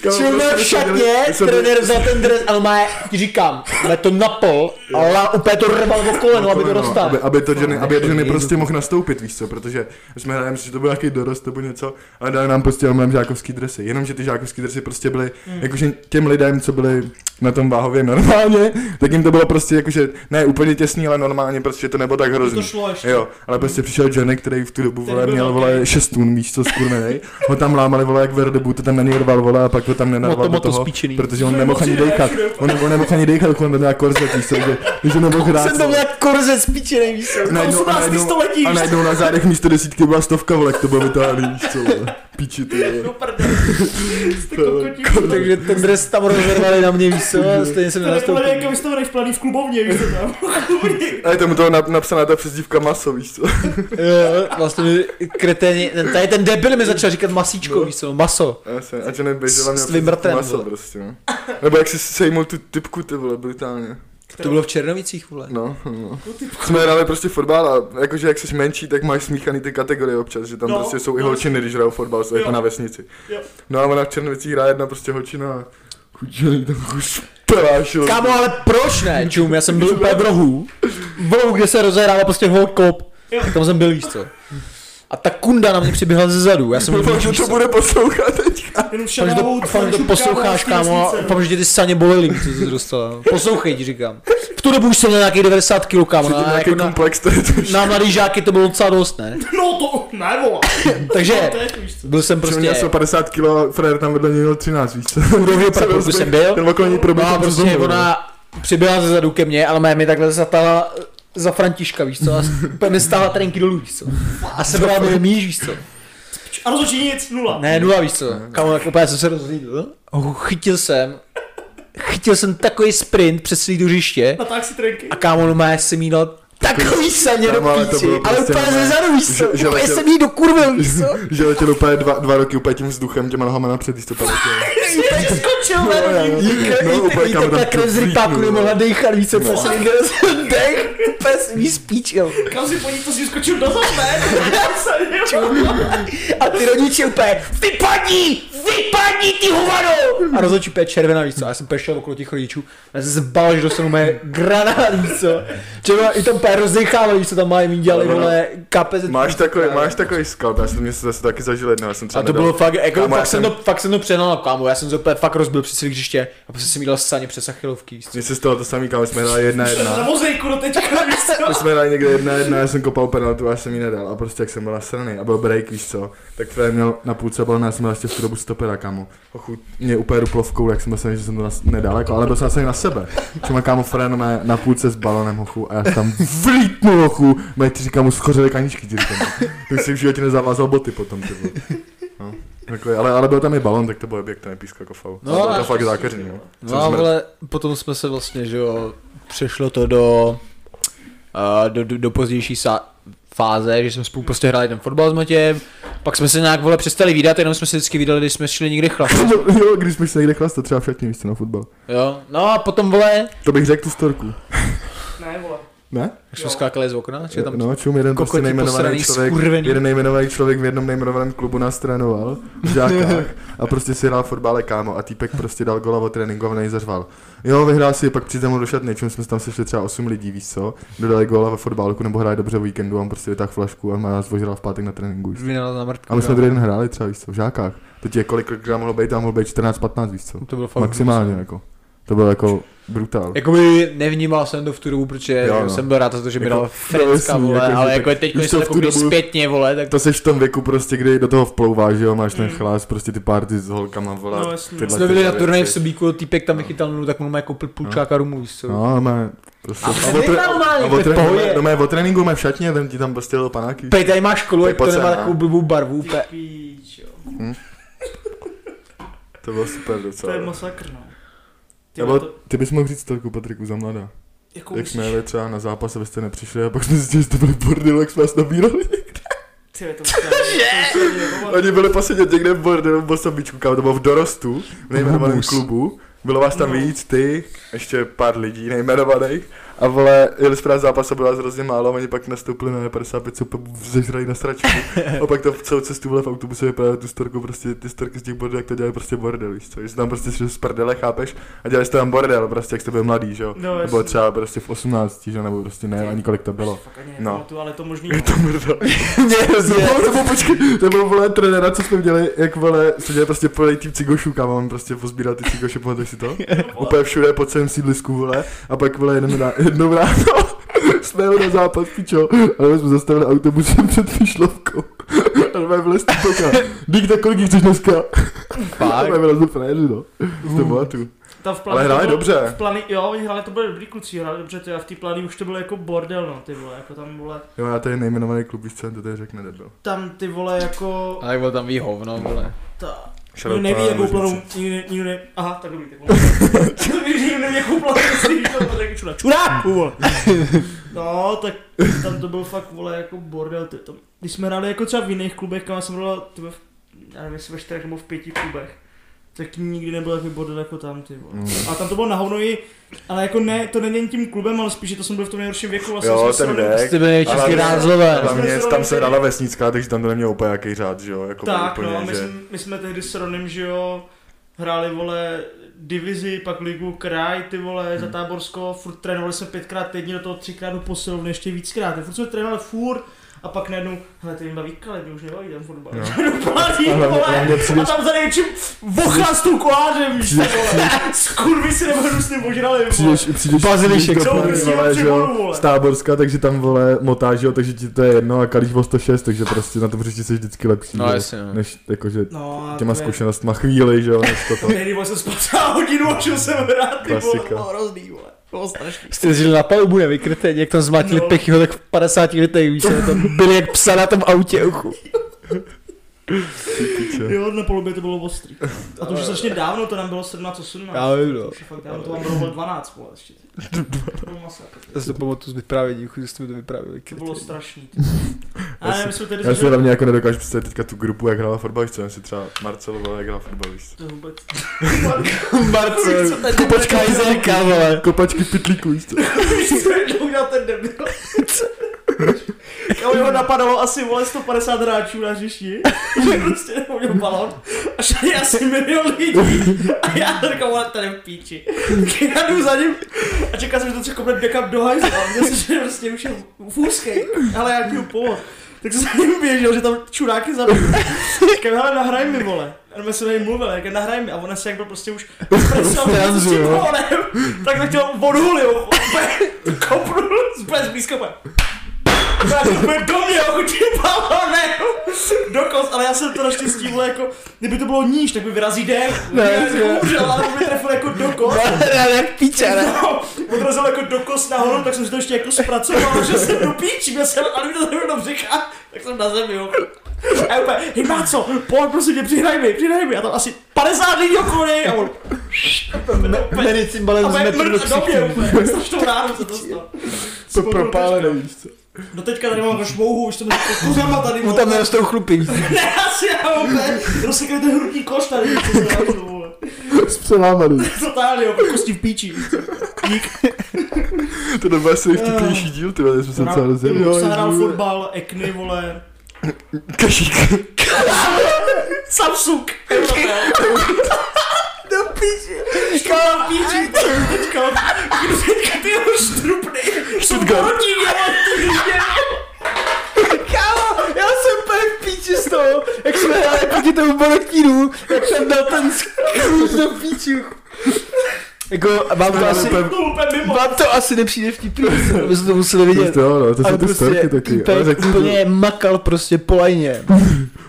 A: Kámo, prostě
C: čurne v
A: my jsme
C: šatě,
A: byli- my jsme byli-
C: trenér vzal ten dres, ale má, ti říkám, má to na pol, ale úplně to rval o koleno, aby
A: No,
C: to dostal.
A: Aby, aby to Johnny, aby
C: nechci
A: Johnny
C: být.
A: prostě mohl nastoupit, víš co, protože jsme hráli, myslím, že to byl nějaký dorost nebo něco, a dali nám prostě jenom žákovský dresy. Jenomže ty žákovský dresy prostě byly, jakože těm lidem, co byli na tom váhově normálně, tak jim to bylo prostě jakože, ne úplně těsný, ale normálně prostě to nebylo tak hrozný.
B: To šlo ještě.
A: Jo, ale prostě přišel Johnny, který v tu dobu
B: Ten
A: vole,
B: byl
A: měl
B: velký.
A: vole 6 tun, víš co, skurvenej. Ho tam lámali vole jak verdebu, to tam na něj rval vole a pak ho tam nenarval
C: Moto-
A: do
C: moto
A: toho,
C: spíčený.
A: protože on
B: To je
A: nemohl ani
B: moc jiné,
A: dejchat.
B: všude.
A: On, on nemohl ani dejchat, on nemohl korzet, víš co, že, že nemohl hrát.
C: Jsem
A: vole.
C: to měl korzec spíčený, víš co.
A: Najednou, a,
B: 18.
A: najednou,
B: století,
A: a
B: víš co?
A: najednou na zádech místo desítky byla stovka, vole, jak to bylo vytáhlý, víš co, vole. Píči, ty, vole.
B: No prdel. Jste kokotí.
C: Takže ten dres tam rozervali na mě, víš co, a stejně jsem
B: To je
C: nenastoupil.
B: vole, jak vystavený v planý v klubovně, víš co tam. Klubovně.
A: A je tomu toho nap- napsaná ta přezdívka maso, víš co.
C: Jo, vlastně mi kreténi, ten, tady ten debil mi začal říkat masíčko, víš co, maso.
A: A, se, a že nebejžela
C: S-
A: měl
C: s tvým bratrem,
A: maso
C: vole.
A: prostě, no. Nebo jak si sejmul tu typku, ty vole, brutálně.
C: To bylo v Černovicích, vole.
A: No, no. Jsme hráli prostě fotbal a jakože jak jsi menší, tak máš smíchaný ty kategorie občas, že tam
B: No,
A: no, prostě jsou i
B: no.
A: holčiny, když hrajou fotbal, jsou jako
B: Jo.
A: na vesnici.
B: Jo.
A: No a ona v Černovicích hraje jedna prostě holčina a chudě tam špelášil.
C: Kámo, ale proč ne, čum, já jsem byl úplně v rohu, v rohu, kde se rozehrával prostě whole kop,
B: Jo.
C: tak tam jsem byl, víš co. A ta kunda na mě přiběhla ze zadu, já jsem byl
A: Doufám, že to bude poslouchat teďka.
B: Jenom
C: Doufám, že to,
B: šalavou,
C: doufám, že to
B: šupka,
C: posloucháš,
B: vole,
C: kámo, a
B: vesnice.
C: doufám, že tě ty saně bolely, víš co jsi dostala. no. Poslouchej, ti říkám. V tu dobu už jsem měl nějakých 90 kg, kámo,
A: Že to
C: na,
A: nějaký
C: jako na,
A: komplex, to je to
C: na mladý žáky to bylo docela dost, ne?
B: No to, ne vole.
C: Takže
B: To je, víš co.
C: byl jsem
A: Prostě...
C: prostě
A: Měl jsem 50 kg, frajer tam vedle něj měl 13, víš co?
C: úrovně praporu, jsem byl.
A: Ten okolní proběh
C: No a
A: tam
C: prostě
A: rozumil, no.
C: ona přiběhla ze zadu ke mně, ale má mi takhle zatala za Františka, víš co, a úplně mi stála trenky dolů, víš co. A se byla mnohem níž, víš co.
B: A rozhodčí nic, nula.
C: Ne, nula, víš co. Kámo, tak úplně jsem se rozlídl. Chytil jsem chytil jsem takový sprint přes celý duřiště
B: Na tak si trenky.
C: a kámo, no má jsem jí dal takový saně do
A: Kámo, ale to
C: píči,
A: bylo
C: ale
A: prostě
C: úplně ze
A: normálně,
C: zadu, víš co,
A: že- že
C: úplně
A: letěl-
C: jsem jí dokurvil, víš co.
A: Že letěl úplně dva, dva roky úplně tím vzduchem, těma nohama napřed, když to pak letěl.
B: Jsi skočil na
A: No,
B: nohy.
A: jo.
C: Jí kre-
A: No,
C: jí-
A: úplně
C: jí
A: kam
C: takhle
A: tam
C: krev z rypáku
A: vlítnul,
C: nemohla dejchat, víš co,
A: No.
C: úplně jsem jí dal dech, úplně jsem jí spíčil.
B: Kam si po ní to si skočil do zase?
C: A ty rodiče úplně, vypadni, vypadni ty hovado! A rozhodčí úplně červená, víš co, a já jsem pešel okolo těch rodičů, já jsem se bál, že dostanu mé granát, víš co. Červená, i tam úplně rozdechával, víš co, tam mají mít dělali,
A: Ale ono-
C: vole, kapeze.
A: No, Máš takový, máš takový skalp, já jsem mě se zase taky zažil jednou, já jsem třeba
C: A to
A: nedal-
C: bylo fakt, jako,
A: Kámo, já
C: fakt, jsem... to, fakt jsem to přehnal, kámo, já jsem to úplně fakt rozbil přes celý hřiště a prostě jsem jí dal saně přes achilovky, víš co.
A: Mně se stalo to samý, kámo, jsme hráli jedna
B: Na
A: jedna.
B: vozejku do teďka. víš co?
A: My jsme hráli někde jedna jedna, já jsem kopal penaltu a já jsem ji nedal. A prostě jak jsem byl nasraný a byl break, víš co, tak Fred měl na půlce balón, já jsem měl ještě v tu dobu stopera, kámo. Ochu, mě úplně ruplo v kouli, jak jsem myslel, že jsem to nas- nedal, jako, ale byl jsem nasraný na sebe. Že má kámo Fred mé na půlce s balonem, hochu, a já jsem tam vlítnul, hochu, mají ty říkám, mu schořely kaničky, ti říkám. Tak si v životě nezavázal boty potom, ty vole. no. Takhle, ale, ale byl tam i balon, tak to bylo objekt, to nepískal jako faul.
C: No,
A: No, to
C: ale-
A: je fakt zákeřný, jo.
C: No
A: Jsem
C: a
A: zmrt.
C: vole, potom jsme se vlastně, že jo, přešlo to do, uh, do, do, do pozdější sa- fáze, že jsme spolu prostě hráli ten fotbal s Matějem, pak jsme se nějak vole přestali výdat, jenom jsme se vždycky výdali, když jsme šli někde chlapat,
A: jo, když jsme se někde chlastat, třeba v šatně, víš co, na fotbal.
C: jo, no a potom vole,
A: To bych řekl tu storku.
B: Ne, vole.
A: Ne?
C: jak jsme
B: Jo.
C: skákali z okna, či tam
A: no, čum, jeden
C: kokoti
A: prostě nejmenovaný
C: posraný,
A: člověk,
C: skurvený.
A: jeden nejmenovaný člověk v jednom nejmenovaném klubu nás trénoval v žákách a prostě si hrál fotbále kámo a týpek prostě dal gola o tréninku a on na něj zařval. Jo, vyhrál si, pak přijde mu do šatny, čím jsme se tam sešli třeba 8 lidí, víš co, dodali gola ve fotbálku nebo hráli dobře o víkendu a on prostě vytáhl flašku a nás vožral v pátek na tréninku. Víš. co.
C: vynal na mrtku,
A: A my jsme
C: jo.
A: druhý den hráli třeba, víš co, v žákách. To ti je kolik gram mohlo být, tam mohlo být 14-15, víš co.
C: to bylo fakt
A: Maximálně jako. To bylo jako brutál.
C: Jakoby nevnímal jsem to v tu dobu, protože
A: Jo,
C: jo,
A: no.
C: no. jsem byl rád za to, že mi
A: Jako-
C: dal
A: no,
C: Frenska,
A: jasný,
C: vole,
A: jako, že
C: ale
A: tak-
C: jako teď,
A: když
C: když se
A: to
C: to
A: v tu
C: koukneš
A: dobu-
C: zpětně, vole, tak
A: To seš v tom věku prostě, kdy do toho vplouváš, že jo, máš ten
B: Mm.
A: chlás, prostě ty party s holkama, vole.
B: No, jasně.
A: tyhle
C: jsme byli na
A: tyhle
C: turnaji v
A: věci.
C: Subíku, týpek tam vychytal nulu, tak mu má koupil půlčáka rumu, víš co.
A: No, mé, prostě.
C: A
A: A
C: to
A: o
C: je
A: tre-
C: normální,
A: a
C: to
A: o
C: je
A: tre-
C: pohodě.
A: no, mé, o tréninku mé v šatně, ten ti tam prostě dal panáky.
C: Pej, tady máš kolu,
A: To je
C: jak to no. nemá
A: pocena.
C: takovou blbou barvu,
B: Ty
C: úplně.
B: píč, jo.
A: To bylo super
B: To
A: docela.
B: je masakr, no. Ty,
A: Nebo
B: vole, to,
A: ty bys mohl říct celku Patriku za mladá.
B: jako
A: Jak jsme
B: myslíš,
A: jeli třeba na zápas a vy jste nepřišli a pak jsme zjistili, že to byli bordel, jak jsme vás nabírali.
B: ty je to Cože?
A: Oni byli posedět někde v bordelu v Bosobičku, kam to bylo v dorostu, v nejmenovaném klubu. Bylo vás tam
B: No.
A: víc, ty, ještě pár lidí nejmenovaných. A vole, jeli jsme na zápas a bylo nás hrozně málo, oni pak nastoupili na 55, co úplně zežrali na sračku. A pak to v celou cestu vole v autobuse vypadalo tu storku, prostě ty storky z těch bordelů, jak to dělají prostě bordel, víš co? Že jsi tam prostě šli z prdele, chápeš? A dělali jste tam bordel, prostě jak jste byl mladý, že jo?
B: No,
A: To
B: jasně.
A: bylo třeba prostě v 18, že jo, nebo prostě ne, ani kolik to bylo.
B: Fakt ani
A: No.
B: nepamatuju, ale to možný.
A: Je to bordel.
C: Mě
A: To bylo, to bylo, počkej, to bylo vole trenéra, co jsme měli, jak vole, se dělali prostě plný tým cigošů, kam on prostě pozbíral ty cigoše, pamatuješ si to? Úplně všude po celém sídlisku, vole, a pak vole jenom rá, jednou ráno jsme jeli na zápas, pičo, a my jsme zastavili autobusem před Fišlovkou. A my byli z týpoka, dík tak kolik jich chceš dneska? A my byli frajeři, no. To bylo tu.
B: Tam v plánu
A: Ale
B: to
A: hráli
B: bylo-
A: dobře.
B: V plány, jo, oni hráli, to byli dobrý kluci, hráli dobře, to já v té plány už to bylo jako bordel, no, ty vole, jako tam, vole,
A: Jo, já tady nejmenovaný klub, víš co, to tady řekne debil.
B: tam ty vole, jako,
C: A tak byl tam ví hovno, vole.
B: ta,
A: Shoutout
B: Nikdo No, neví,
A: pana
B: jakou plnou,
A: Ložnici.
B: nikdo, ne- nikdo ne, aha, tak dobrý, tak To víš, nikdo neví, jakou plnou, myslíš, to bylo taky čura, čuráku, vole. No, tak tam to byl fakt, vole, jako bordel, ty, to, když jsme hráli jako třeba v jiných klubech, kam já jsem hrál, ty vole, v- já nevím, jestli ve čtyřech nebo v pěti klubech, tak nikdy nebyl takový bordel jako tam, ty vole.
A: Mm.
B: A tam to bylo na hovno i, ale jako ne, to není tím klubem, ale spíš, že to jsem byl v tom nejhorším věku, vlastně
A: Jo,
B: jsme
A: ten
B: se rovnou-
A: věk.
C: Jste byli
A: Ale-
C: český rázlové.
B: Ale-
A: Hlavně
B: jsme se
A: tam se
B: rovnou-
A: dala vesnická, takže tam to nemělo úplně jaký řád, že jo? Jako
B: Tak,
A: úplně,
B: no, a my,
A: že...
B: jsme, my jsme tehdy s Ronem, že jo, hráli, vole, divizi, pak ligu, kraj, ty vole,
A: Hmm.
B: za Táborsko, furt trénovali jsme pětkrát týdně, do toho třikrát do posilovny, ještě víckrát, furt jsme trénovali furt, a pak najednou, hele, ty mi baví kalit, mě už nebaví ten fotbal.
A: No.
B: No. Pálí,
A: A hlavně-
B: vole,
A: hlavně
B: a
A: přijdeš-
B: tam za největším vochla s tou kolářem, víš, ty vole. Skurvy si nebo hnusně ožrali, vole.
A: Přijdeš, přijdeš,
C: Bazilišek.
A: přijdeš do
B: Co
A: Prahy,
B: vysílám
A: vole,
B: při
A: že jo,
B: bodu, vole?
A: z Táborska, takže tam vole motáž, jo, takže ti to je jedno a kalíš o 106, takže prostě na to příště jsi vždycky lepší,
C: No
A: jo,
C: jasně, no.
A: než jakože
B: No, a
A: těma
B: to je-
A: zkušenostma chvíli, že jo, než toto.
B: Tehdy, vole, jsem spal třeba hodinu a šel jsem hrát, ty vole,
A: Klasika.
B: bylo hrozný, vole. Bylo strašný.
C: Jste žili na palubu nevykrytej, jak tam zmátili
B: No.
C: no. pechyho, tak v 50 letech, víš, co, tam byli jak psa na tom autě, uchu.
A: Piče.
B: Jo, na polubě to bylo ostrý. A to už je strašně dávno, to nám bylo 17, 18.
C: Já vím, no.
B: To už je fakt dávno, to vám bylo 12, vole, ještě. To byl masakr.
C: Já si to pamatuju z vyprávění, chudy jste mi to vyprávěli.
B: To bylo strašný. ty. A
A: si-
B: ne, my jsme tedy
A: Já si
B: zažili-
A: hlavně jako nedokážu představit teďka tu grupu, jak hrála fotbalistce, jestli třeba Marcelo jak hrál fotbalist.
B: To vůbec.
C: Marcel,
B: Co tady
C: kupačka
B: bude?
C: Izaka, vole.
A: Kopačky pitlíků, jistě.
B: Víš, co jednou udělal ten debil? Kámo, jeho napadalo asi, vole, 150 hráčů na hřišti, že prostě neuměl balon a šli asi milion lidí a já říkám, vole, tady v píči. Já jdu za ním a čekal jsem, že to třeba kopne někam do hajzla, a měl jsem, že prostě už je v úzkej, ale jaký povod. Tak jsem za ním běžel, že tam čuráky zabiju. Říkám, hele, nahraj mi, vole. A my se na něj mluvil, jak nahraj mi. A ona se jak byl prostě už
C: V
B: zpresoval s
C: tranzu,
B: tím
C: jo.
B: honem, tak na těho odhulil. Kopnul z bez blízko. úplně. Já to úplně do mě, jako tím balonem. Do kost, ale já jsem to naštěstí, vole, jako, kdyby to bylo níž, tak by vyrazí dech.
C: Ne,
B: Ne,
C: ne.
B: umřel, ale on by trefil jako do kost.
C: Ale jak píče, ne?
B: No, odrazil jako do kost nahoru, tak jsem si to ještě jako zpracoval, že jsem do píči, byl jsem, ale mi to zrovna dobře říká, tak jsem na zemi, jo. A já úplně, hej Máco, pojď prosím tě, přihraj mi, přihraj mi, a tam asi 50 lidí okolo něj, a on,
C: Mene
B: a
C: cymbalem z
B: bude
C: metru do
B: mrt do mě,
C: ksichtu.
B: úplně, strašnou ránu se to stalo.
A: To
B: Vzpomenu
A: propálené,
B: teďka.
A: víš co.
B: No teďka tady mám šmouhu, už to mám kuřama tady,
C: Mu
B: vole.
C: tam nerostou chlupy. víš co?
B: ne, asi já, úplně, rozsekli ten hrudní koš tady, co se dá, vole.
A: S přelámaný.
B: Totálně, jo, kosti v píči.
A: To byl asi nejvtipnější díl, ty vole, jsme se docela rozjeli.
B: se hrál fotbal, ekny, vole,
A: Kašík.
B: Samsung. Do píči. Škola píči. Teďka, kdo teďka ty jeho štrupny?
A: Stuttgart.
B: Hodí,
C: Kámo, já jsem úplně v píči z toho, jak jsme hráli proti tomu borotínu, jak jsem dal ten skrůz do píči. Jako, a mám to asi,
A: úplně-
B: to úplně mimo.
C: vám to asi nepřijde vtipný, aby jsme to museli
A: To je
C: vidět.
A: to, no, to
C: Ale
A: jsou ty
C: prostě
A: storky taky. Ale
C: týpek
A: řekni
C: úplně makal prostě po lajně.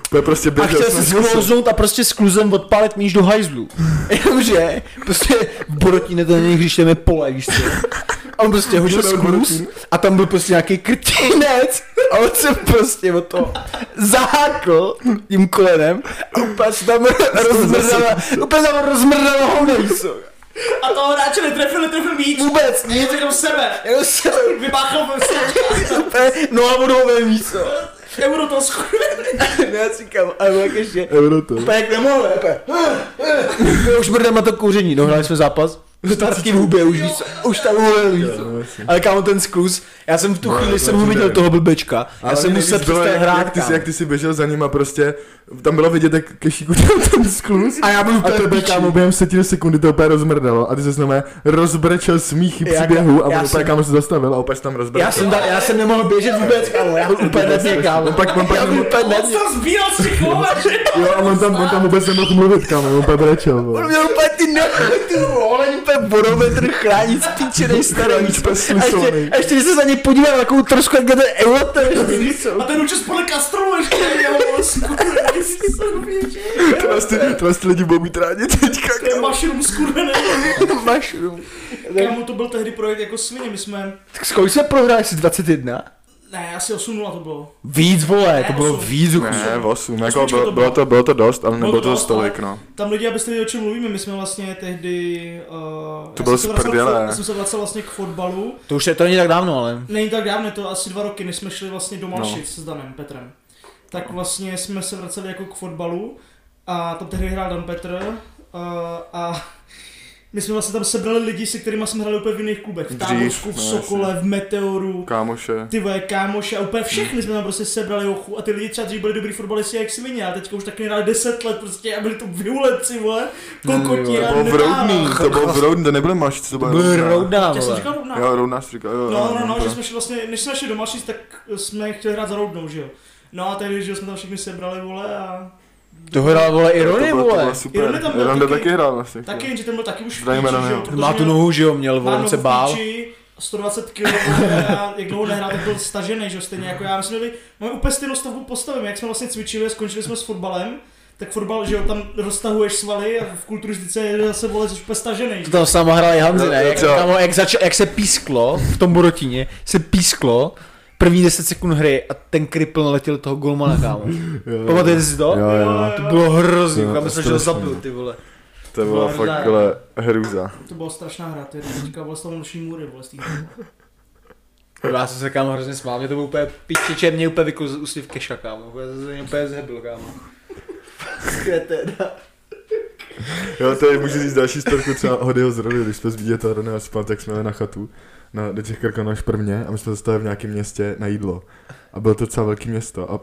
A: to je prostě
C: A
A: běžel.
C: chtěl se sklouznout a prostě s kluzem odpálit míš do hajzlu. Jenomže, prostě v Borotíne to není, když tam je pole, víš co. A on prostě hodil
A: Šel na
C: skluz
A: Borotín.
C: a tam byl prostě nějaký krtinec a on se prostě o to zahákl tím kolenem a úplně se tam rozmrdala, úplně tam rozmrdala hovno, víš co.
B: A toho hráče netrefil, netrefil míč.
C: Vůbec nic,
B: Nic jenom sebe.
C: jenom se
B: Vybáchal ve
C: úplně noha vodou víš co.
B: Euro to schudl.
C: No já říkám, ale jako, jak ještě,
A: Euro to.
C: Úplně jak nemohl, úplně. My už mrdem na to kouření, dohráli jsme zápas. Starský v hubě už, víš co, už tam uhlel, víš co.
A: No, jasně.
C: Ale kámo, ten skluz, já jsem v tu
A: No,
C: chvíli
A: to
C: jsem
A: je
C: ho viděl
A: legendární.
C: toho blbečka, já
A: Ale
C: jsem
A: nejvíc
C: musel
A: bylo,
C: přestat
A: jak-
C: hrát,
A: jak ty, jsi,
C: kámo.
A: jak ty jsi běžel za ním a prostě tam bylo vidět, jak Kešíku dělal ten skluz.
C: A já byl
A: A
C: úplně
A: to by
C: piči.
A: kámo během setiny sekundy to úplně rozmrdalo a ty se znovu rozbrečel smíchy
C: Já-
A: příběhu a
C: já
A: on
C: jsem-
A: úplně kámo se zastavil a opět se tam
C: Já
A: rozbrečel.
C: jsem, dal, já jsem nemohl běžet vůbec, kámo, já byl úplně na dně, kámo.
A: On no, pak- on pak
C: Já byl
A: nemohl-
C: úplně na
B: On
C: dně.
B: to zbíral z těch hovadři.
A: Jo, a on tam, on tam vůbec nemohl mluvit, kámo, on úplně brečel,
C: On
A: vole.
C: měl úplně ty nohy, ty volení úplně borometr chránit spíče než starý.
A: Chránit
C: víš co.
A: prsty
C: A ještě,
A: silný.
C: a ještě když se za ně podíval na takovou trošku, jak to je euro, to
A: No,
C: je víš co.
B: A ten učil podle kastrolu ještě. Já ho skurvený.
A: To vás ty, to vás ty lidi budou mít rádi teďka,
B: To je
A: kámo.
B: mushroom skurvený.
C: Mushroom.
B: Kámo, to byl tehdy projekt jako svině, my jsme...
C: Tak s kolik jsme prohráli asi 21?
B: Ne, asi 8-0 to bylo.
C: Víc vole, to
B: Ne,
C: bylo
B: osm.
C: víc. Ne.
A: Ne, 8, jako
B: Osmička to
A: bylo,
B: byla.
A: bylo, to, bylo to dost, ale nebylo to
B: dost,
A: z tolik,
B: ale-
A: no.
B: Tam lidi, abyste věděli, o čem mluvíme, my jsme vlastně tehdy... Uh,
A: To bylo sprdělé.
B: Já jsem se vracel vlastně k fotbalu.
C: To už je to není tak dávno, ale.
B: Není tak dávno, je to asi dva roky, než jsme šli vlastně
A: No.
B: do Malšic s Danem Petrem. Tak vlastně jsme se vraceli jako k fotbalu a tam tehdy hrál Dan Petr uh, a my jsme vlastně tam sebrali lidi, se kterými jsme hráli úplně v jiných klubech. V
A: Dřív,
B: Táborsku,
A: no,
B: v Sokole, v Meteoru,
A: Kámoše.
B: ty vole, kámoše a úplně
A: Hmm.
B: všechny jsme tam prostě sebrali ochu a ty lidi třeba dřív byli dobrý fotbalisti jak svině a teďka už taky hráli 10 let prostě a byli to vyulenci, vole, kokotí
A: To
B: a
A: bylo v Roudný, to bylo v Roudný, to nebylo Malšice, to bylo
C: Byl roudá,
B: Já jsem
C: vole.
B: říkal rovná.
A: Jo, Roudná říká, jo.
B: No,
A: jo,
B: no, no,
A: to-
B: že jsme šli vlastně, než jsme šli do Malšic, tak jsme chtěli hrát za Roudnou, že jo. No a tehdy, že jo, jsme tam všichni sebrali, vole, a
C: To hrál vole i Rony,
A: to bylo- to bylo
C: vole.
B: Irony
A: super.
B: tam byl
A: Ronda
B: taky-
A: taky hrál vlastně.
B: taky jenže ten byl taky už v
A: Zdravíme
B: píči,
A: Dana,
B: že jo,
A: jo.
B: protože
C: Má tu
B: měl-
C: nohu, že jo, měl
B: má
C: vole, on se
B: nohu v
C: bál.
B: píči, 120 kg, a jak dlouho nehrál, tak byl stažený, že jo, stejně jako já. My jsme byli, máme úplně stejnou stavbu postavím, jak jsme vlastně cvičili, skončili jsme s fotbalem, tak fotbal, že jo, tam roztahuješ svaly a v kulturistice je zase vole, jsi úplně stažený.
C: To tam s náma hrál i Hanzi,
A: No,
C: ne?
A: jo,
C: Jak,
A: co?
C: tam, jak, zač- jak se písklo v tom Borotíně, se písklo, první 10 sekund hry a ten kripl naletěl toho golmana, kámo.
A: Jo,
C: Pamatujete si to?
A: Jo, jo.
C: To bylo hrozný,
A: Jo,
C: kámo,
A: to
C: jsem
A: je
C: že ho
A: strašný.
C: zabil, ty vole.
A: To byla
C: Byla
A: fakt,
C: hrdá.
A: vole, hrůza.
B: To byla strašná hra, ty říkal, vole, z toho noční můry, vole, z té hry.
C: Já jsem se kámo hrozně smál, mě to bylo úplně pičiče, mě úplně vykluz úsliv keša, kámo. Úplně jsem se mě úplně zhebil, kámo. Kreténa.
A: Jo, to je, můžu říct další storku třeba Hodyho z rody, když jsme s Víděta René a Span, tak jsme jeli na chatu, na do těch krků na Šprmě a my jsme zastavili v nějakém městě na jídlo. A bylo to docela velké město a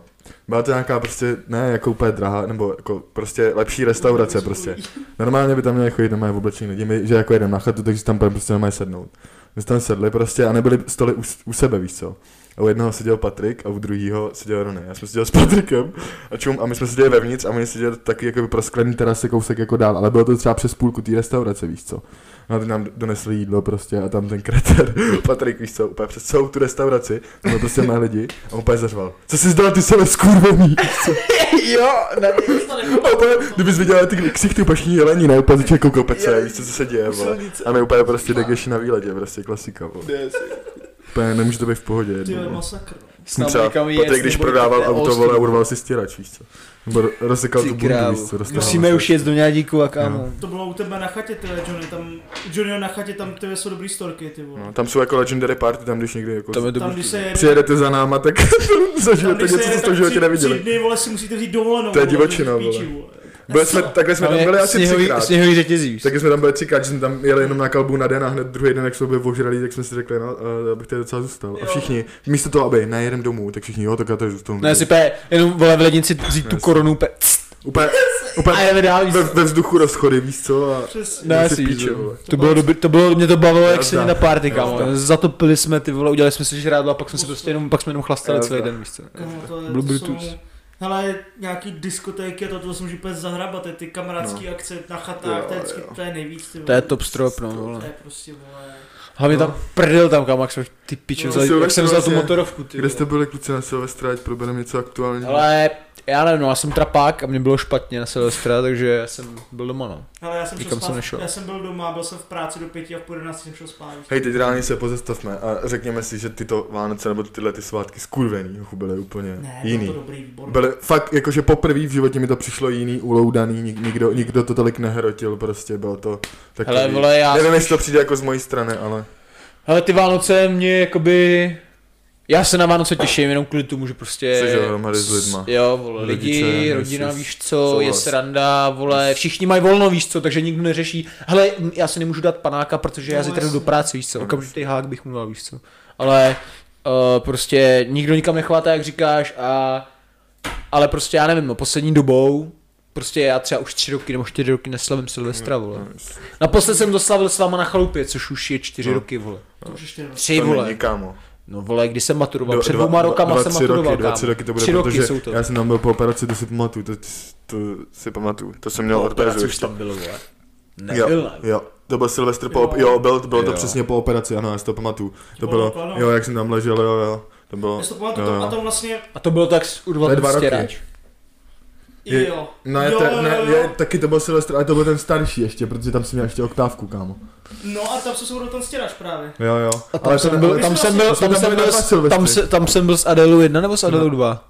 A: byla to nějaká prostě, ne jako úplně drahá, nebo jako prostě lepší restaurace prostě. Normálně by tam měli chodit normálně v oblečení lidi, my, že jako jedeme na chatu, takže si tam budeme prostě normálně sednout. My jsme tam sedli prostě a nebyli stoly u, s- u sebe, víš co. A u jednoho seděl Patrik a u druhého seděl Rony. Já jsem seděl s Patrikem a čum, a my jsme seděli vevnitř a oni seděli taky jako prosklený terasy kousek jako dál, ale bylo to třeba přes půlku té restaurace, víš co. No a ty nám donesli jídlo prostě a tam ten kreter, Patrik, víš co, úplně přes celou tu restauraci, tam byli prostě mé lidi a on úplně zařval, co jsi zdal ty sele skurvený, víš co?
C: jo, na
A: A úplně, kdybys viděl ty ksichty pašní jelení, ne, úplně začal koukat se, víš co, co se děje, vole.
C: silnice.
A: A my úplně prostě degeši na výletě, prostě klasika, vole. Úplně nemůže to být v pohodě,
B: Ty vole,
A: jedno.
B: masakr. no.
A: Jsem třeba, Patrik, když prodával auto, vole, a urval si stěrač, víš co. Nebo ro- rozsekal tu bundu, víš co, dostával
C: Musíme
A: se.
C: už jet do Ňádíku, kámo.
B: To bylo u tebe na chatě, ty vole, Johnny, tam, Johnny na chatě, tam ty vole, jsou dobrý storky, ty vole.
A: No, tam jsou jako legendary party, tam když někdy jako...
C: Tam je
B: Tam, když
C: dobrý.
B: se jede,
A: Přijedete za náma, tak
B: tam,
A: zažijete
B: když se
A: něco,
B: jede,
A: co jste
B: tak
A: v životě
B: tři- Tři
A: neviděli.
B: dny, vole, si musíte vzít dovolenou.
A: To je
B: vole,
A: divočina,
B: protože jsi v
A: vole.
B: píči, vole.
A: Byli jsme, takhle jsme tam byli asi
C: sněhový,
A: třikrát.
C: sněhový řetězí, víš.
A: Taky jsme tam byli třikrát, že jsme tam jeli jenom na kalbu na den a hned druhý den, jak jsme byli ožralí, tak jsme si řekli, no, eh, abych tady docela zůstal. A
B: Jo.
A: všichni, místo toho, aby nejedem domů, tak všichni, jo, tak já tady zůstanu.
C: Ne, si pe, No, jenom vole v lednici vzít tu
A: Jasně.
C: korunu pe, ct,
A: Úplně,
C: a
A: úplně
C: jede dál, víš.
A: ve, ve, vzduchu rozchody, víš co? A
B: Přesně.
C: Ne,
A: si
C: si
A: píče,
C: píče,
A: vole.
C: to bylo, dobrý, to bylo, mě to bavilo, jak
A: Jazda.
C: se na party, kámo.
A: Jazda.
C: Zatopili jsme ty vole, udělali jsme si žrádlo a pak jsme si prostě jenom, pak jsme jenom chlastali
A: Jazda.
C: celý den, víš co.
B: Kámo, to, je,
C: Blue
B: to jsou,
C: Bluetooth.
B: hele, nějaký diskotéky a to, to se může úplně zahrabat, to je ty kamarádský no. akce na chatách,
A: Jo,
B: to je, vždycky,
A: jo.
B: to je nejvíc, ty vole.
C: To je top strop, no,
B: To
C: vole.
B: je prostě, vole.
C: Hlavně
A: No.
C: tam prdel tam, kámo, jak jsme ty piče
B: No,
C: vzali, jak
A: Silvestr
C: jsem vzal tu
A: vlastně.
C: motorovku, ty
A: Kde jste
C: vole.
A: byli kluci na Silvestra, ať probereme něco aktuálního?
C: Ale já nevím, no, já jsem trapák a mě bylo špatně na Silvestra, takže já jsem byl doma, no.
B: Hele, já jsem, šel
C: Nikam jsem
B: spát,
C: nešel.
B: já jsem byl doma, byl jsem v práci do pěti a v půl jedenácti jsem šel spát.
A: Hej, teď reálně se pozastavme a řekněme si, že tyto Vánoce nebo tyhle ty svátky skurvený chuby byly úplně
B: Ne,
A: jiný.
B: bylo to dobrý výbor.
A: Byly fakt, jakože poprvé v životě mi to přišlo jiný, uloudaný, nik, nikdo, nikdo to tolik nehrotil prostě, bylo to takový.
C: Hele, vole, já
A: Nevím, jestli to přijde jako z mojí strany, ale...
C: Hele, ty Vánoce mě jakoby... Já se na Vánoce těším, jenom kvůli tomu, že prostě...
A: Jsi dohromady s lidma.
C: Jo, vole, lidi,
A: Rodiče,
C: Rodiče,
A: nejsi-
C: rodina, víš co,
A: souhlas.
C: je sranda, vole, všichni mají volno, víš co, takže nikdo neřeší. Hele, já si nemůžu dát panáka, protože já
B: No,
C: zítra jdu do
B: jasně.
C: práce, víš co, okamžitý hák bych mu dal, víš co. Ale uh, prostě nikdo nikam nechvátá, jak říkáš, a... Ale prostě já nevím, no, poslední dobou, prostě já třeba už tři roky nebo čtyři roky neslavím Silvestra,
A: No,
C: vole. Naposled jsem to slavil s váma na chalupě, což už je čtyři
A: No.
C: roky, vole.
B: To už ještě
C: Tři,
A: to
C: vole.
A: není, kámo.
C: No vole, když jsem maturoval,
A: Dva-
C: před
A: dva-
C: dvouma
A: dva-
C: rokama
A: dva,
C: jsem
A: tři
C: maturoval,
A: roky, dva,
C: kámo.
A: tři roky to bude,
C: tři roky
A: protože
C: jsou to.
A: já jsem tam byl po operaci, to si pamatuju, to, to si pamatuju, to jsem měl
C: Po
A: ortézu
C: operaci už
A: ještě.
C: tam bylo, vole. Nebyl,
A: Jo,
C: ne?
A: jo, to byl Silvestr po,
B: Jo.
A: op- jo, byl, bylo to
C: Jo.
A: přesně po operaci, ano, já si to pamatuju. To
B: Bylo
A: bylo,
B: to, ano.
A: jo, jak jsem tam ležel, jo, jo, to bylo,
B: Já si to pamatuju,
A: jo,
B: to-
A: jo.
B: a tam vlastně,
C: A to bylo tak s
A: To je dva
C: urvat
A: roky.
C: stěráč.
A: Je-
B: jo.
A: No, je
B: jo,
A: ten, ne,
B: jo, jo.
A: je, taky to byl Silvestr, ale to byl ten starší ještě, protože tam jsem měl ještě oktávku, kámo.
B: No a tam se soudil ten stěrač právě.
A: Jo, jo.
C: A tam jsem byl,
B: my jsme
C: tam jsem
B: asi-
C: byl,
A: my jsme
C: tam
A: tam
C: jsem
A: byli na
C: byl,
A: dva
C: s-
A: Silvestry.
C: tam se- tam jsem byl s Adelou 1 nebo s Adelou
A: No.
C: 2?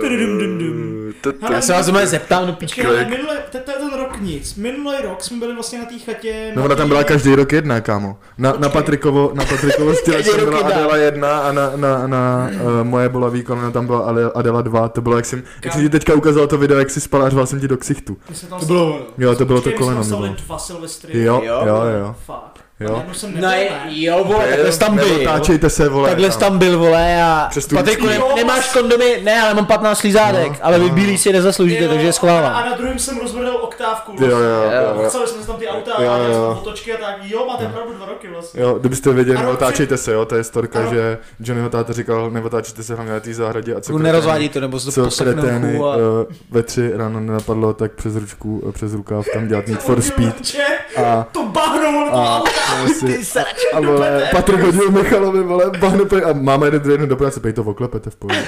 B: Tududum, dum, dum.
A: To, to,
C: Já se vás zrovna zeptám, no pičky.
B: Počkej, ale
A: Klik.
B: minule, to, to je ten rok nic. Minulý rok jsme byli vlastně na té chatě.
A: No
B: na
A: ona tam
B: tý-
A: byla každý rok jedna, kámo. Na, na
B: Počkej.
A: Patrikovo, na Patrikovo stěle
C: Každý
A: tam byla
C: rok jedna.
A: Adela jedna a na, na, na uh, moje bolavý kolena tam byla Ale- Adela dva. To bylo, jak jsem, jak jsem ti teďka ukázal to video, jak jsi spal a řval jsem ti do ksichtu.
B: My jsme tam
C: To bylo ono.
A: Jo, to bylo to
B: Počkej, my jsme
A: koleno. mi
B: tam stavili
A: bylo.
B: dva Silvestry.
A: Jo,
C: Jo.
A: jo, jo.
B: Fuck.
A: Jo.
B: No, jsem nebyl,
C: No je-
B: ne?
C: jo, vole, takhle jsi tam byl.
A: Neotáčejte se, vole.
C: Takhle jsi tam byl, vole, a...
A: Přes tu
C: Patriku, ne,
A: lístky.
B: Jo.
C: nemáš kondomy? Ne, ale mám 15 lízádek,
A: No,
C: ale vy
A: no.
C: bílí si nezasloužíte,
B: Jo,
C: takže je
B: A
C: schovávám.
B: na druhém jsem rozvrhl oktávku.
A: Jo, jo,
B: vlastně.
A: jo. jo.
B: Chceli jsme si tam ty auta,
A: Jo,
B: a
A: jo.
B: dělali jsme fotočky a tak. Jo, máte pravdu dva roky vlastně.
A: Jo, kdybyste věděli,
B: Ano,
A: neotáčejte se, jo, to je storka,
B: Ano.
A: že Johnnyho táta říkal, neotáčejte se hlavně na té zahradě a co
C: Ku nerozvádí to, nebo se to
A: co kretény
C: poseknou
A: a...
C: a...
A: ve tři ráno nenapadlo, tak přes ručku, eh, přes rukáv tam dělat Need for Speed
B: Če,
A: a
B: to bahno,
A: a,
B: to
A: a, si,
C: srač.
A: a vole, Patrik hodil Michalovi, vole, bahne pej, a máma jde druhý den do práce, pej to oklepete v pohodě.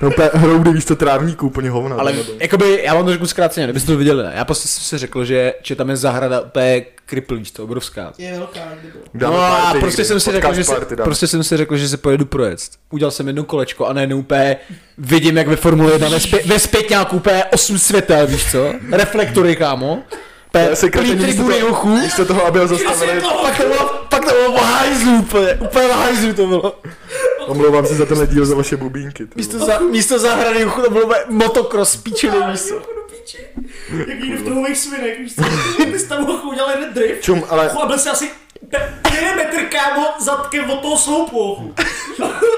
A: To úplně hroudy, víš to, trávníků, úplně hovna.
C: Ale jakoby, já vám to řeknu zkráceně, kdybyste to viděli, ne? Já prostě jsem si řekl, že, že tam je zahrada úplně kripl, víš to, obrovská.
B: Je velká, kde bylo.
A: Dáme
C: no a
A: party
C: prostě
A: někdy,
C: jsem, si
A: podcast
C: řekl, že se,
A: party dáme.
C: prostě jsem si řekl, že se pojedu projet. Udělal jsem jedno kolečko a najednou úplně vidím, jak ve Formule 1 ve, zpě, ve zpětňáku úplně 8 světel, víš co? Reflektory, kámo. P,
A: Já se
C: plný
A: krátce
C: tribuny uchů.
A: místo toho, aby ho zastavili.
C: Pak to bylo, pak to bylo v hajzlu úplně, úplně v hajzlu to bylo.
A: Omlouvám se za tenhle díl, za vaše bubínky. ty
C: Místo, za, místo zahrady uchu to bylo úplně motocross, píčený místo.
B: Jako do píči. Jak někdo v trhových svinek, víš co? Ty jsi tam hochu udělal jeden drift.
A: Čum, ale
B: Chu, a byl jsi asi pe- jeden metr kámo zadkem od toho sloupu. hochu.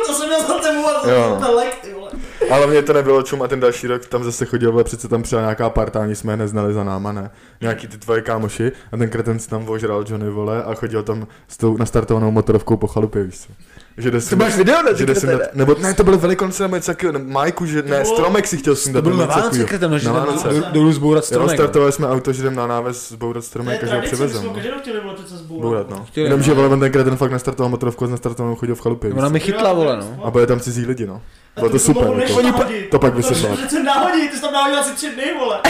B: to jsem měl za tebou a
A: Jo.
B: na lek, ty vole.
A: Ale mě to nebylo čum a ten další rok tam zase chodil, ale přece tam přijela nějaká parta, ani jsme je neznali za náma, ne? Nějaký ty tvoje kámoši a ten kreten si tam ožral Johnny vole a chodil tam s tou nastartovanou motorovkou po chalupě, víš co? Že jde si-
C: máš video na
A: že jde si na,
C: kretene?
A: nebo ne, to byl velikonoce nebo něco takového, ne, Majku, že ne,
B: To-
A: stromek si chtěl sundat.
C: To bylo na
A: nebo něco
C: Vánoce,
A: takového.
C: kretem, no, že
A: Na
C: jdeme
A: Vánoce.
C: do- dolů zbourat
A: Jo,
C: stromek. no.
A: startovali jsme auto, že jdem na náves zbourat
B: To je
A: stromek a že ho
B: tradice, my jsme
A: přivezem.
B: ho
A: no.
B: každý chtěli vole přece zbourat.
A: Bourat, no.
C: Chtěli,
A: Jenomže
C: no.
A: vole, on ten kreten fakt nastartoval motorovku a s nastartovanou chodil v chalupě.
C: Ona
A: víš
C: mi chytla, vole, no.
A: co? A byli tam cizí lidi, no. Bylo to super. jako.
B: Oni
A: to pak vysypal.
B: To jsem náhodí, ty jsi tam náhodil asi tři dny, vole.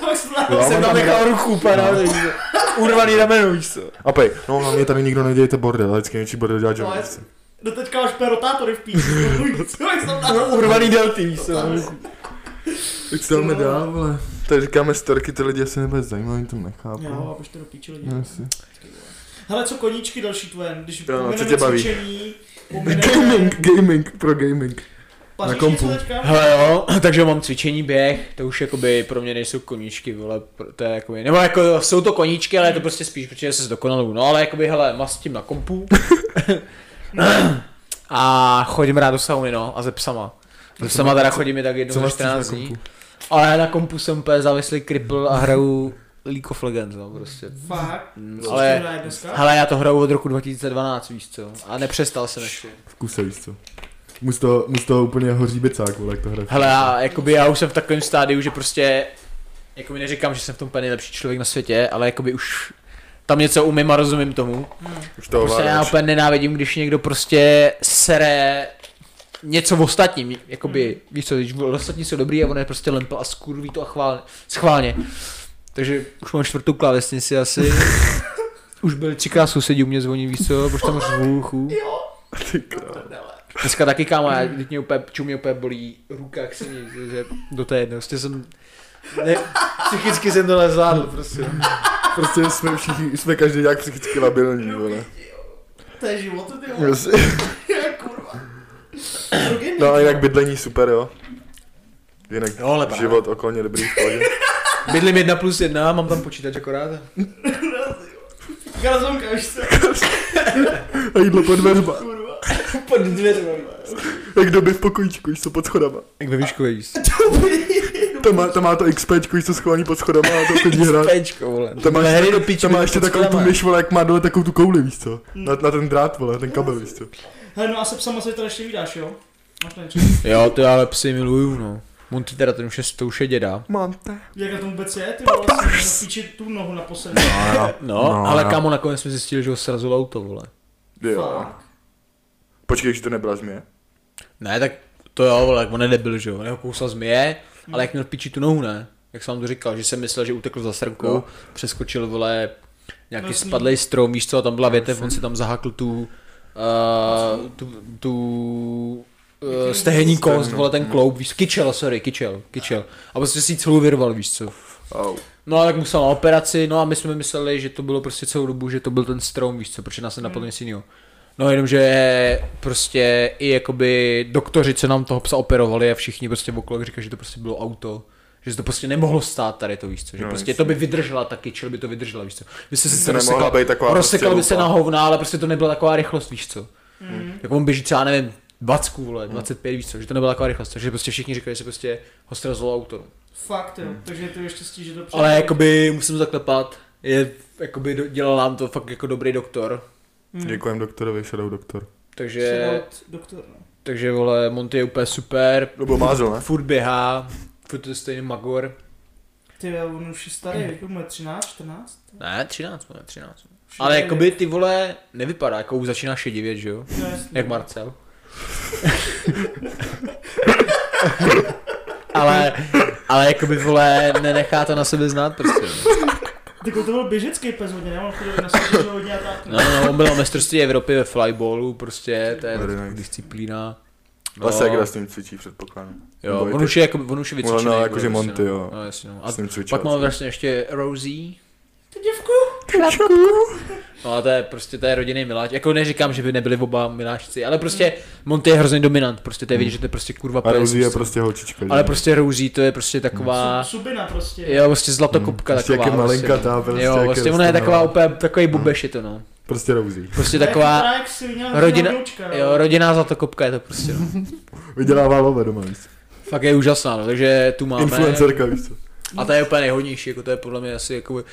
B: Pak jsi tam-
A: Jo,
C: Jsem
A: on
C: tam
A: tam
C: nechal ruku,
A: No.
C: pana, urvaný rameno, víš co.
A: A pej, no na mě tady nikdo nedějte bordel, vždycky největší bordel dělá
B: No,
A: Johnny.
B: jasně. Do teďka máš pé rotátory v píči. to je víc, jak jsi tam
A: No,
B: No, náhodil.
C: Urvaný delty, víš co.
A: Tak se dáme dál, vole. Tady říkáme storky, ty lidi asi nebude zajímavé, oni to nechápou.
B: Jo, a poště do píči lidi.
A: No, asi.
B: Hele, co koníčky další tvoje, když
A: Jo, no, co
B: pomineme
A: tě baví?
B: cvičení,
A: Gaming, gaming, pro gaming.
B: na
A: kompu.
C: Hele jo, takže mám cvičení, běh, to už jakoby pro mě nejsou koníčky, vole, pro- to je jakoby, nebo jako jsou to koníčky, ale je to prostě spíš, protože se zdokonaluju, no ale jakoby, hele, mastím na kompu a chodím rád do sauny, no, a ze psama. Ze psama teda chodím i tak jednou za 14 dní, ale na kompu jsem úplně závislý kripl a hraju League of Legends, no, prostě.
B: Fakt?
C: Mm,
B: Co ale...
C: Ale,
B: hraje dneska?
C: hele, já to hraju od roku 2012, víš co, a nepřestal jsem ještě.
A: V kuse, víš co. Mus to, mus to úplně hoří bicák, vole, jak to hraje.
C: Hele, já, jakoby já už jsem v takovém stádiu, že prostě, jako mi neříkám, že jsem v tom úplně nejlepší člověk na světě, ale jakoby už tam něco umím a rozumím tomu.
A: Už to
C: Prostě já úplně nenávidím, když někdo prostě sere něco v ostatním, jakoby, víš co, když ostatní jsou dobrý a on je prostě lempl a skurví to a chvál, schválně. Takže už mám čtvrtou klávesnici asi. Už byli třikrát sousedí u mě zvoní, víš co, už tam řvůchu.
B: Jo,
A: Ty král.
C: Dneska taky kámo, já teď mě úplně, čum mě úplně bolí ruka, jak se mi, že- že do té jedné, prostě jsem, ne, psychicky jsem to nezvládl, prostě.
A: Prostě jsme všichni, jsme každý nějak psychicky labilní, vole.
B: to je život, ty vole.
A: Prostě.
B: Kurva. Pro gaming.
A: No a jinak bydlení super, jo. Jinak
C: Jo, ale právě.
A: život okolně dobrý v pohodě.
C: Bydlím jedna plus jedna, mám tam počítač akorát.
B: Garzonka, víš co?
A: A jídlo pod dveřma.
B: Kurva.
C: Pod dveřmi.
A: Jak doby v pokojíčku, jsou pod schodama.
C: Jak ve výšku vejíš.
A: To má, to má to XPčko, jsou schovaný pod schodama a to chodí hrát.
C: Pečko, vole.
A: To má,
C: hry
A: ještě,
C: do piči,
A: to má
C: pod
A: ještě takovou tu
C: schodama.
A: myš, vole, jak má dole takovou tu kouli, víš co? Na, na ten drát, vole, ten kabel, víš co?
B: Hele, no a se psama se teda ještě vydáš, jo? Máš na něco?
C: Jo, to já ale psy miluju, no. Monty teda ten už je, to už je děda.
A: Mám te.
B: Jak na tom vůbec je, ty vole, jsem píči tu nohu naposledy.
C: No,
A: No,
C: no ale
A: jo.
C: kámo, nakonec jsme zjistili, že ho srazilo auto, vole.
A: Jo.
B: Fakt.
A: Počkej, že to nebyla změ.
C: Ne, tak to jo, vole, jak on nedebil, že jo, on jeho kousal zmije, ale jak měl piči tu nohu, ne? Jak jsem vám to říkal, že jsem myslel, že utekl za srnkou,
A: Jo.
C: přeskočil, vole, nějaký
B: Jasný.
C: spadlej strom, víš co, a tam byla větev, on si tam zahakl tu, uh, tu, tu uh, stehenní kost,
A: Stehno.
C: vole, ten kloup, víš, kyčel, sorry, kyčel, kyčel. A prostě si ji celou vyrval, víš co.
A: Au.
C: No a tak musel na operaci, no a my jsme mysleli, že to bylo prostě celou dobu, že to byl ten strom, víš co, protože nás
A: Hmm.
C: se napadlo něco jiného. No jenom, že prostě i jakoby doktoři, co nám toho psa operovali a všichni prostě okolo říkají, že to prostě bylo auto. Že se to prostě nemohlo stát tady to, víš co, že
A: No,
C: prostě
A: jasně.
C: to by vydržela taky, čili by to vydržela, víš co. By se
A: To
C: sice
A: nemohla
C: rozsekla,
A: být taková
C: rozsekla by
A: prostě
C: se na
A: lupa. Hmm.
C: hovna, ale prostě to nebyla taková rychlost, víš co. Mm. Jako on běží třeba, nevím, 20, vole, 25, víš co, že to nebyla taková rychlost, takže prostě všichni říkají, že se prostě ho strazilo auto. No.
B: Fakt, jo. Takže je to ještě štěstí, že to přijde.
C: Ale jako- jakoby musím zaklepat, je, jakoby do- dělal nám to fakt jako dobrý doktor,
A: Děkujem doktorovi, shadow doktor.
C: takže,
B: Že... Doktor, no.
C: takže vole, Monty je úplně super,
A: Nebo mázel, ne?
C: furt běhá, furt to je stejný magor.
B: Ty, jo, on už je starý, jak mu je 13, 14?
C: Ne, 13, ne, 13.
B: Už je
C: Mm. Ale
B: starý.
C: jakoby ty vole nevypadá, jako už začíná šedivět, že jo?
B: No, jasně.
C: Jak Marcel. ale, ale jakoby vole nenechá to na sebe znát prostě.
B: Ty Ty to byl běžecký pes hodně, ne? On chodil na soutěže hodně a tak.
C: No, no, no, on byl na mistrovství Evropy ve flyballu, prostě, to je
A: Very nice.
C: disciplína. No,
A: Vlastně jak s tím cvičí, předpokládám.
C: jo,
A: Nebo i
C: on
A: ty-
C: už je, jako, on už je vycvičený.
A: no,
C: jako
A: jakože
C: prostě,
A: Monty,
C: no.
A: jo.
C: No, jasně, no. A
A: s tím cvičil.
C: pak mám vlastně ještě Rosie.
B: Ty děvku!
C: No a to je prostě, to je rodinný miláč. Jako neříkám, že by nebyli oba miláčci, ale prostě Monty je hrozný dominant, prostě to je vidět, že to je prostě kurva
A: A
C: pes,
A: Rosie je
C: prostě.
A: prostě holčička. že?
C: Ale prostě Rosie to je prostě taková...
B: Subina prostě.
C: Jo, prostě zlatokopka
A: Mm,
C: taková.
A: prostě jak je malinkatá,
C: no.
A: prostě,
C: Jo,
A: jak je Hmm.
C: prostě ona
A: rostomilá.
C: je taková úplně, takový bubeš je to, no.
A: Prostě Rosie.
C: Prostě taková...
B: Jak silná
C: rodina-
B: rodina.
C: Jo,
B: No,
C: rodinná zlatokopka je to prostě, no.
A: Vydělává love doma, víš co?
C: Fakt je úžasná, no, takže tu máme.
A: Influencerka, víš co?
C: A ta je úplně nejhodnější, jako to je podle mě asi jako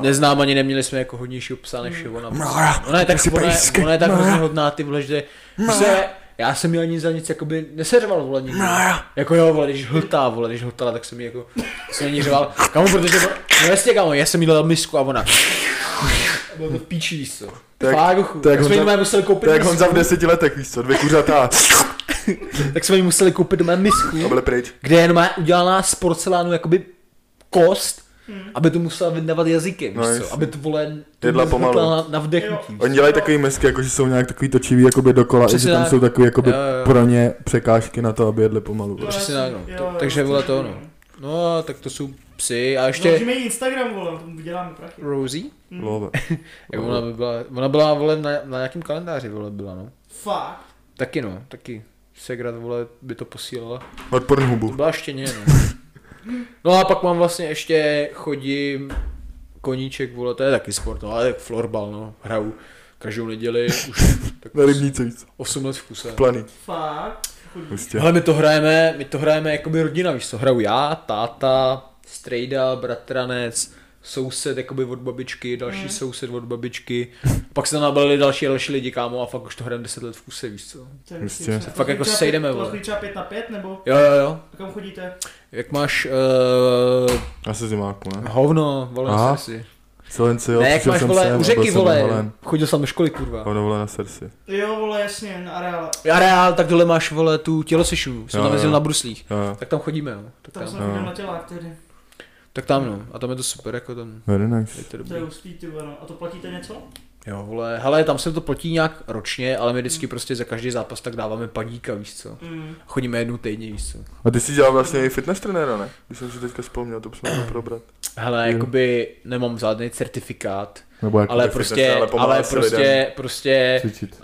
C: neznám ani neměli jsme jako hodnějšího psa než je ona. No,
A: No.
C: Ona je tak,
A: jsi
C: ona je,
A: Prostě pejsky. No.
C: ona je tak hrozně hodná, ty vole, že se, já jsem ji ani za nic jakoby neseřval, vole,
A: No.
C: nikdy. Jako jo, vole, když hltá, vole, když hltala, tak jsem ji jako, jsem ji řval, kamo, protože, no jasně, kamo, já jsem jí dal misku a ona, A bylo to v píči, víš co.
A: Tak-
C: Fakt, uchu.
A: tak
C: tak, jsme jí
A: Honza-
C: doma museli koupit
A: To je jak
C: misku.
A: Honza v deseti letech, víš co? Dvě kuřata
C: tak jsme jí museli koupit doma misku.
A: a byly pryč.
C: kde jenom má udělaná z porcelánu jakoby kost, hmm. aby to musela vyndavat jazykem,
A: No
C: no,
A: jasně.
C: co? aby to vole to
A: Jedla
C: nezhutla
A: pomalu.
C: na, na vdechnutí.
A: Oni dělají takový misky, jakože jsou nějak takový točivý jakoby dokola, i
C: Přesně
A: že tam
C: tak.
A: jsou takový jakoby
C: Jo, jo, jo.
A: pro ně překážky na to, aby jedli pomalu. prostě.
C: Přesně tak, no. To- takže vole to, no. No, tak to jsou psy a ještě
B: Založíme jí Instagram, vole, tomu vyděláme prachy.
C: Rosie,
A: Love.
C: jak ona by byla, ona byla vole na, na nějakém kalendáři vole byla, no.
B: Fakt.
C: Taky no, taky. Segrat vole by to posílala.
A: Od
C: To
A: Pornhubu.
C: byla štěně, no. No a pak mám vlastně ještě chodím koníček, vole, to je taky sport, no, ale tak florbal, no, hraju každou neděli, už tak
A: Na rybníce, víš co?
C: 8 let v kuse.
A: Planý.
B: Fakt. Chodí.
A: Prostě.
C: Ale my to hrajeme, my to hrajeme jakoby rodina, víš co, hraju já, táta, strejda, bratranec, soused jakoby od babičky, další mm. soused od babičky, pak se tam nabalili další a další lidi, kámo, a fakt už to hrajeme 10 let v kuse, víš co.
B: To je
A: Prostě.
B: vtipné.
C: fakt jako
B: To vás
C: sejdeme,
B: chodí
C: vole.
B: třeba 5 na 5, nebo
C: Jo, jo, jo.
B: kam chodíte?
C: Jak máš uh,
A: Já se zimáku, ne?
C: hovno,
A: Aha.
C: vole, si.
A: Silenci, jo,
C: ne, jak
A: přišel
C: máš,
A: jsem
C: vole,
A: sem
C: u
A: a byl
C: řeky,
A: jsem
C: vole,
A: odvalen.
C: chodil jsem do školy, kurva.
A: Ono vole na srdci.
B: Jo, vole, jasně, na areále.
C: Areál, tak dole máš, vole, tu tělosišu, jsem
A: Jo,
C: tam
A: jo.
C: jezdil na bruslích.
A: Jo, jo.
C: Tak tam chodíme, no. Tak
B: Tam
C: tam,
B: jsem
A: Jo.
B: chodil na tělách tehdy.
C: tak tam, no. A tam je to super, jako tam,
A: Very
C: je
A: nice.
C: to
B: To
C: dobrý.
B: je hustý, ty vole, no. A to platíte něco?
C: Jo, vole, hele, tam se to platí nějak ročně, ale my vždycky prostě za každý zápas tak dáváme padíka, víš co.
B: Mm.
C: Chodíme jednou týdně, víš co.
A: A ty jsi dělal vlastně i fitness trenéra, ne? Když jsem si teďka vzpomněl, to bychom měli probrat.
C: Hele,
A: Jo.
C: jakoby nemám žádný certifikát,
A: Nebo jako
C: ale
A: fitness
C: prostě,
A: trenér,
C: ale,
A: pomáhá si
C: prostě,
A: lidem
C: prostě
A: cvičit.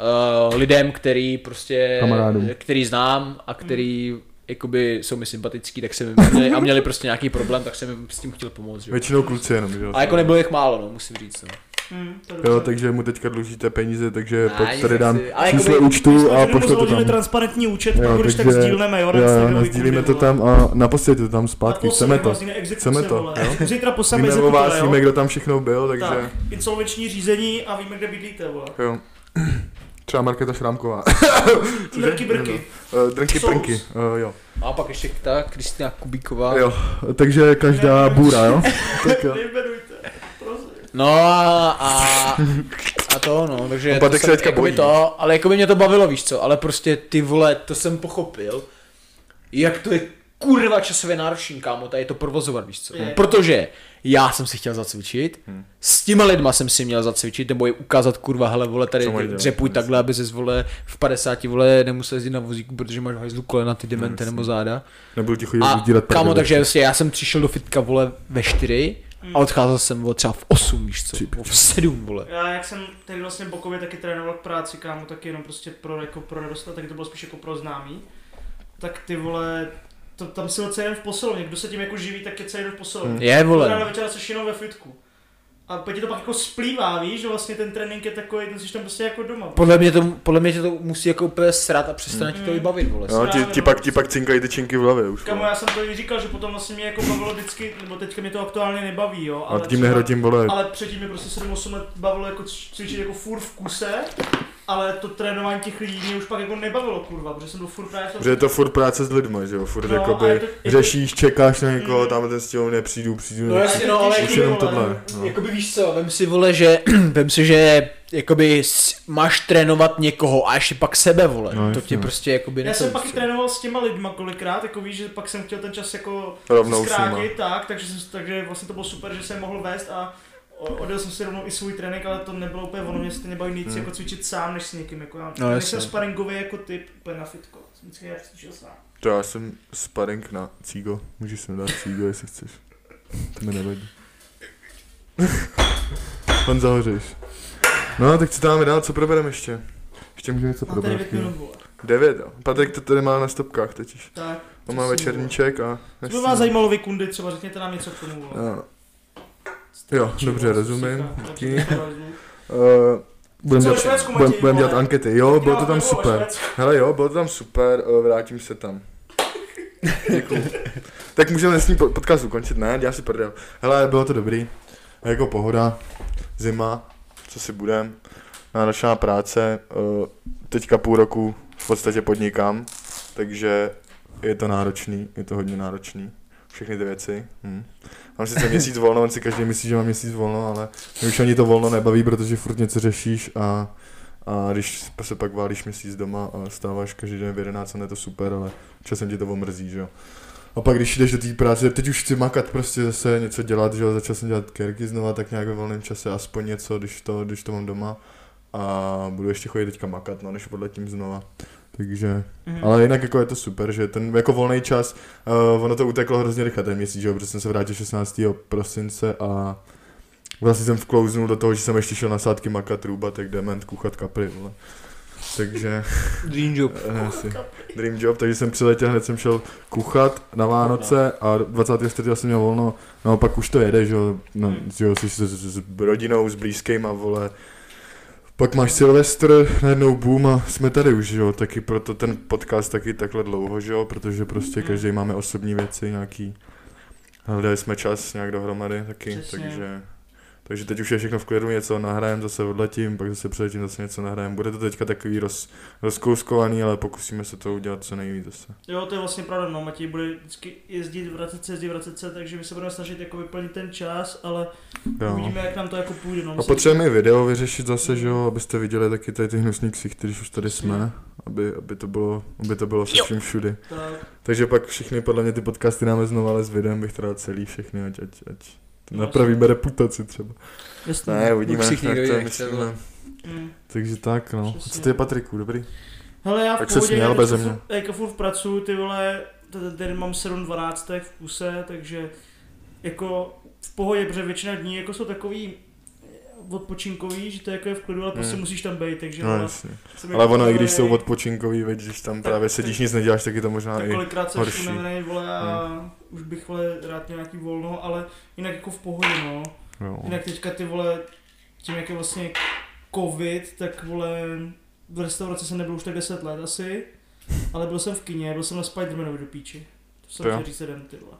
C: uh, lidem, který prostě,
A: Kamarádům.
C: který znám a který jakoby jsou mi sympatický, tak se mi měli, a měli prostě nějaký problém, tak jsem jim s tím chtěl pomoct, že? jo.
A: Většinou kluci jenom, že jo?
C: A jako nebylo jich málo, no, musím říct, no.
B: Mm, to je
A: Jo,
B: dobře.
A: takže mu teďka dlužíte peníze, takže
C: Ne,
A: pojď
C: nic
A: tady dám
C: nechci. Ale
A: číslo
C: jakoby-
B: My
A: účtu a
B: jsme každému
A: pošle to tam.
B: založili transparentní účet,
A: Jo,
B: jo, když tak
A: takže-
B: sdílneme, jo, na
A: Jo,
B: Instagramu,
A: jo, sdílíme to tam a naposledy to tam zpátky,
B: Na
A: chceme to.
B: poslední hrozný exekuce,
A: Chceme to,
B: vole.
A: jo.
B: Zítra po sebe
A: Víme o vás, víme, kdo tam všechno byl,
B: Tak,
A: takže...
B: insolvenční řízení a víme, kde bydlíte, vole.
A: Jo. Třeba Markéta Šrámková.
B: Brky, brky.
A: Eh, Drnky
B: Sous.
A: prnky, eh, jo.
C: A pak ještě ta Kristýna Kubíková.
A: Jo, takže každá bůra, jo? Tak jo.
B: Nejmenujte. Prosím.
C: No a, a, a to no, takže
A: Oba, tak
C: to,
A: se teďka
C: jakoby
A: bojí.
C: to, ale jako by mě to bavilo, víš co, ale prostě ty vole, to jsem pochopil, jak to je kurva časově náročný, kámo, tady to provozovat, víš co.
B: Je.
C: Protože já jsem si chtěl zacvičit,
A: Hmm.
C: s těma lidma jsem si měl zacvičit, nebo je ukázat, kurva, hele, vole, tady
A: Co mají dělat,
C: dřepuj
A: jasně.
C: takhle, aby se vole v 50 vole nemusel jezdit na vozíku, protože máš v hajzlu kolena, ty demente nebo záda.
A: Nebudu ti chodit
C: A
A: udírat
C: kámo,
A: prdele.
C: takže vlastně já jsem přišel do fitka, vole, ve 4
B: Hmm.
C: a odcházel jsem, vole, třeba v 8, víš co, nebo v 7, vole.
B: Já jak jsem tady vlastně bokově taky trénoval k práci, kámo, tak jenom prostě pro, jako pro nedostatek, to bylo spíš jako pro známý. Tak ty vole, to, tam si jel celý den v posilovně, kdo se tím jako živí, tak je celý den v posilovně.
C: Je,
B: Ráno
C: vole.
B: večera jsi jenom ve fitku. A pak ti to pak jako splývá, víš, že vlastně ten trénink je takový, ten jsi tam prostě jako doma.
C: Podle mě, to, podle mě tě to musí jako úplně srat a přestane
B: Hmm.
C: ti to i bavit, vole.
A: Jo, ti, ti, pak, ti pak cinkají ty činky v hlavě už.
B: Kamo,
A: vole.
B: já jsem to i říkal, že potom vlastně mě jako bavilo vždycky, nebo teďka mě to aktuálně nebaví, jo.
A: A
B: Ale
A: tím
B: třeba-
A: nehrotím, vole.
B: Ale předtím mě prostě 7-8 let bavilo jako c- cvičit jako furt v kuse, ale to trénování těch lidí mě už pak jako nebavilo, kurva, protože jsem byl furt právě v tom-
A: Protože je to furt práce s lidmi, že jo, furt
B: No, ale
A: jakoby
B: to- je to-
A: řešíš, čekáš na někoho, tam ten stěl nepřijdu, přijdu,
C: No
A: nepřijdu.
C: jasně, no, ale
A: Už
B: Ty
A: jenom
B: vole.
A: tohle. no.
C: Jakoby víš co, vem si, vole, že, vem si, že jakoby s- máš trénovat někoho a ještě pak sebe, vole.
A: No,
C: to
A: jasně.
C: tě prostě jakoby
B: Já
C: nechce,
B: jsem pak i
C: víš co.
B: trénoval s těma lidma kolikrát, jako víš, že pak jsem chtěl ten čas jako
A: Rovnou s nima.
B: zkrátit, tak, takže, jsem, takže vlastně to bylo super, že jsem mohl vést a o- odjel jsem si rovnou i svůj trénink, ale to nebylo úplně ono, mě stejně baví víc
A: Hmm.
B: jako cvičit sám, než s někým, jako já
C: No,
B: no,
C: jasně.
B: nejsem sparingový jako typ, úplně na fitko, jsem vždycky já cvičil sám.
A: To já jsem sparring na Cígo. Můžeš sem dát Cígo, jestli chceš. To mi nevadí. Pan zahořeš. No, tak co dáme dál, co probereme ještě? Ještě můžeme něco
B: Máte 9
A: probrat.
B: minut, vole.
A: 9, jo. Patrik to tady má na stopkách totiž.
B: Tak,
A: On má
B: přesně,
A: večerníček a...
B: co by vás zajímalo vy kundy, třeba řekněte nám něco k tomu, vole.
A: No. Jo, dobře, rozumím. Díky. Uh,
B: Co,
A: Budeme dělat,
B: Švédsku,
A: budem,
B: Matěj,
A: budem dělat
B: vole?
A: ankety. Jo, bylo to tam super. Hele jo, bylo to tam super, eh, vrátím se tam. Děkuju. tak můžeme dnesní po- podcast ukončit, ne? Já si prdel. Hele, bylo to dobrý. Jako pohoda, zima, co si budem. Náročná práce, eh, teďka půl roku v podstatě podnikám, takže je to náročný, je to hodně náročný. Všechny ty věci. Hm. Mám sice měsíc volno, on si každý myslí, že mám měsíc volno, ale mě už ani to volno nebaví, protože furt něco řešíš a a když se pak válíš měsíc doma a stáváš každý den v 11, je to super, ale časem ti to omrzí, že jo. A pak když jdeš do té práce, teď už chci makat prostě zase něco dělat, že jo, začal jsem dělat kerky znova, tak nějak ve volném čase, aspoň něco, když to, když to mám doma. A budu ještě chodit teďka makat, no, než odletím znova. Takže,
B: Mhm.
C: Mhm.
A: ale jinak jako je to super, že ten jako volný čas, uh, ono to uteklo hrozně rychle ten měsíc, že jo, protože jsem se vrátil 16. prosince a vlastně jsem vklouznul do toho, že jsem ještě šel na sádky makat růba, tak dement kuchat kapry, vole. Takže,
C: Dream job.
A: eh, asi dream job, takže jsem přiletěl, hned jsem šel kuchat na Vánoce a 24. jsem měl volno, no pak už to jede, že jo, no,
B: Hmm.
A: že jo, jsi s, s, s rodinou, s blízkýma, vole. Pak máš Silvestr, najednou boom a jsme tady už, že jo, taky proto ten podcast taky takhle dlouho, že jo, protože prostě
B: Hmm.
A: každý máme osobní věci nějaký. Hledali jsme čas nějak dohromady taky,
B: Přesně.
A: takže... Takže teď už je všechno v klidu, něco nahrajem, zase odletím, pak zase přiletím, zase něco nahrajem. Bude to teďka takový roz, rozkouskovaný, ale pokusíme se to udělat co nejvíc zase.
B: Jo, to je vlastně pravda, no, Matěj bude vždycky jezdit, vracet se, jezdit, vracet se, takže my se budeme snažit jako vyplnit ten čas, ale
A: Jo.
B: uvidíme, jak nám to jako půjde, no.
A: A
B: myslím,
A: potřebujeme i video vyřešit zase, že jo, abyste viděli taky tady ty hnusný ksichty, když už tady jsme, aby, aby to bylo, aby to bylo se vším všudy.
B: Tak,
A: Takže pak všechny, podle mě ty podcasty dáme znovu, ale s videem bych teda celý všechny, ať, ať, ať napravíme reputaci třeba.
B: jasně.
A: Ne, uvidíme.
C: si nikdo
A: jak to no.
C: jinak chce,
A: myslíme.
C: vole.
B: Mm.
A: Takže tak, no. A co
B: Přesně.
A: ty je Patriku, dobrý?
B: Hele, já
A: Tak
B: v tak
A: se
B: pohodě,
A: směl
B: já
A: beze
B: teďka
A: mě.
B: furt- jako furt pracuju, ty vole, t- ten mám 7 12 v kuse, takže jako v pohodě, protože většina dní jako jsou takový odpočinkový, že to jako je v klidu, ale prostě
A: Hmm.
B: musíš tam být, takže
A: No
B: vole,
A: jasně.
B: jsem
A: Ale
B: jako
A: ono, i když
B: takovej-
A: jsou odpočinkový, veď, když tam
B: Tak-
A: právě sedíš, nic neděláš, tak je to možná
B: tak
A: i...
B: kolikrát jsem
A: horší. Hmm.
B: unavený, vole, a už bych, vole, rád měl nějaký volno, ale jinak jako v pohodě, no.
A: Jo.
B: Jinak teďka ty, vole, tím, jak je vlastně covid, tak, vole, v restauraci jsem nebyl už tak 10 let asi, ale byl jsem v kině, byl jsem na Spidermanovi do píči. To jsem
A: Jo.
B: chtěl říct jeden, ty vole.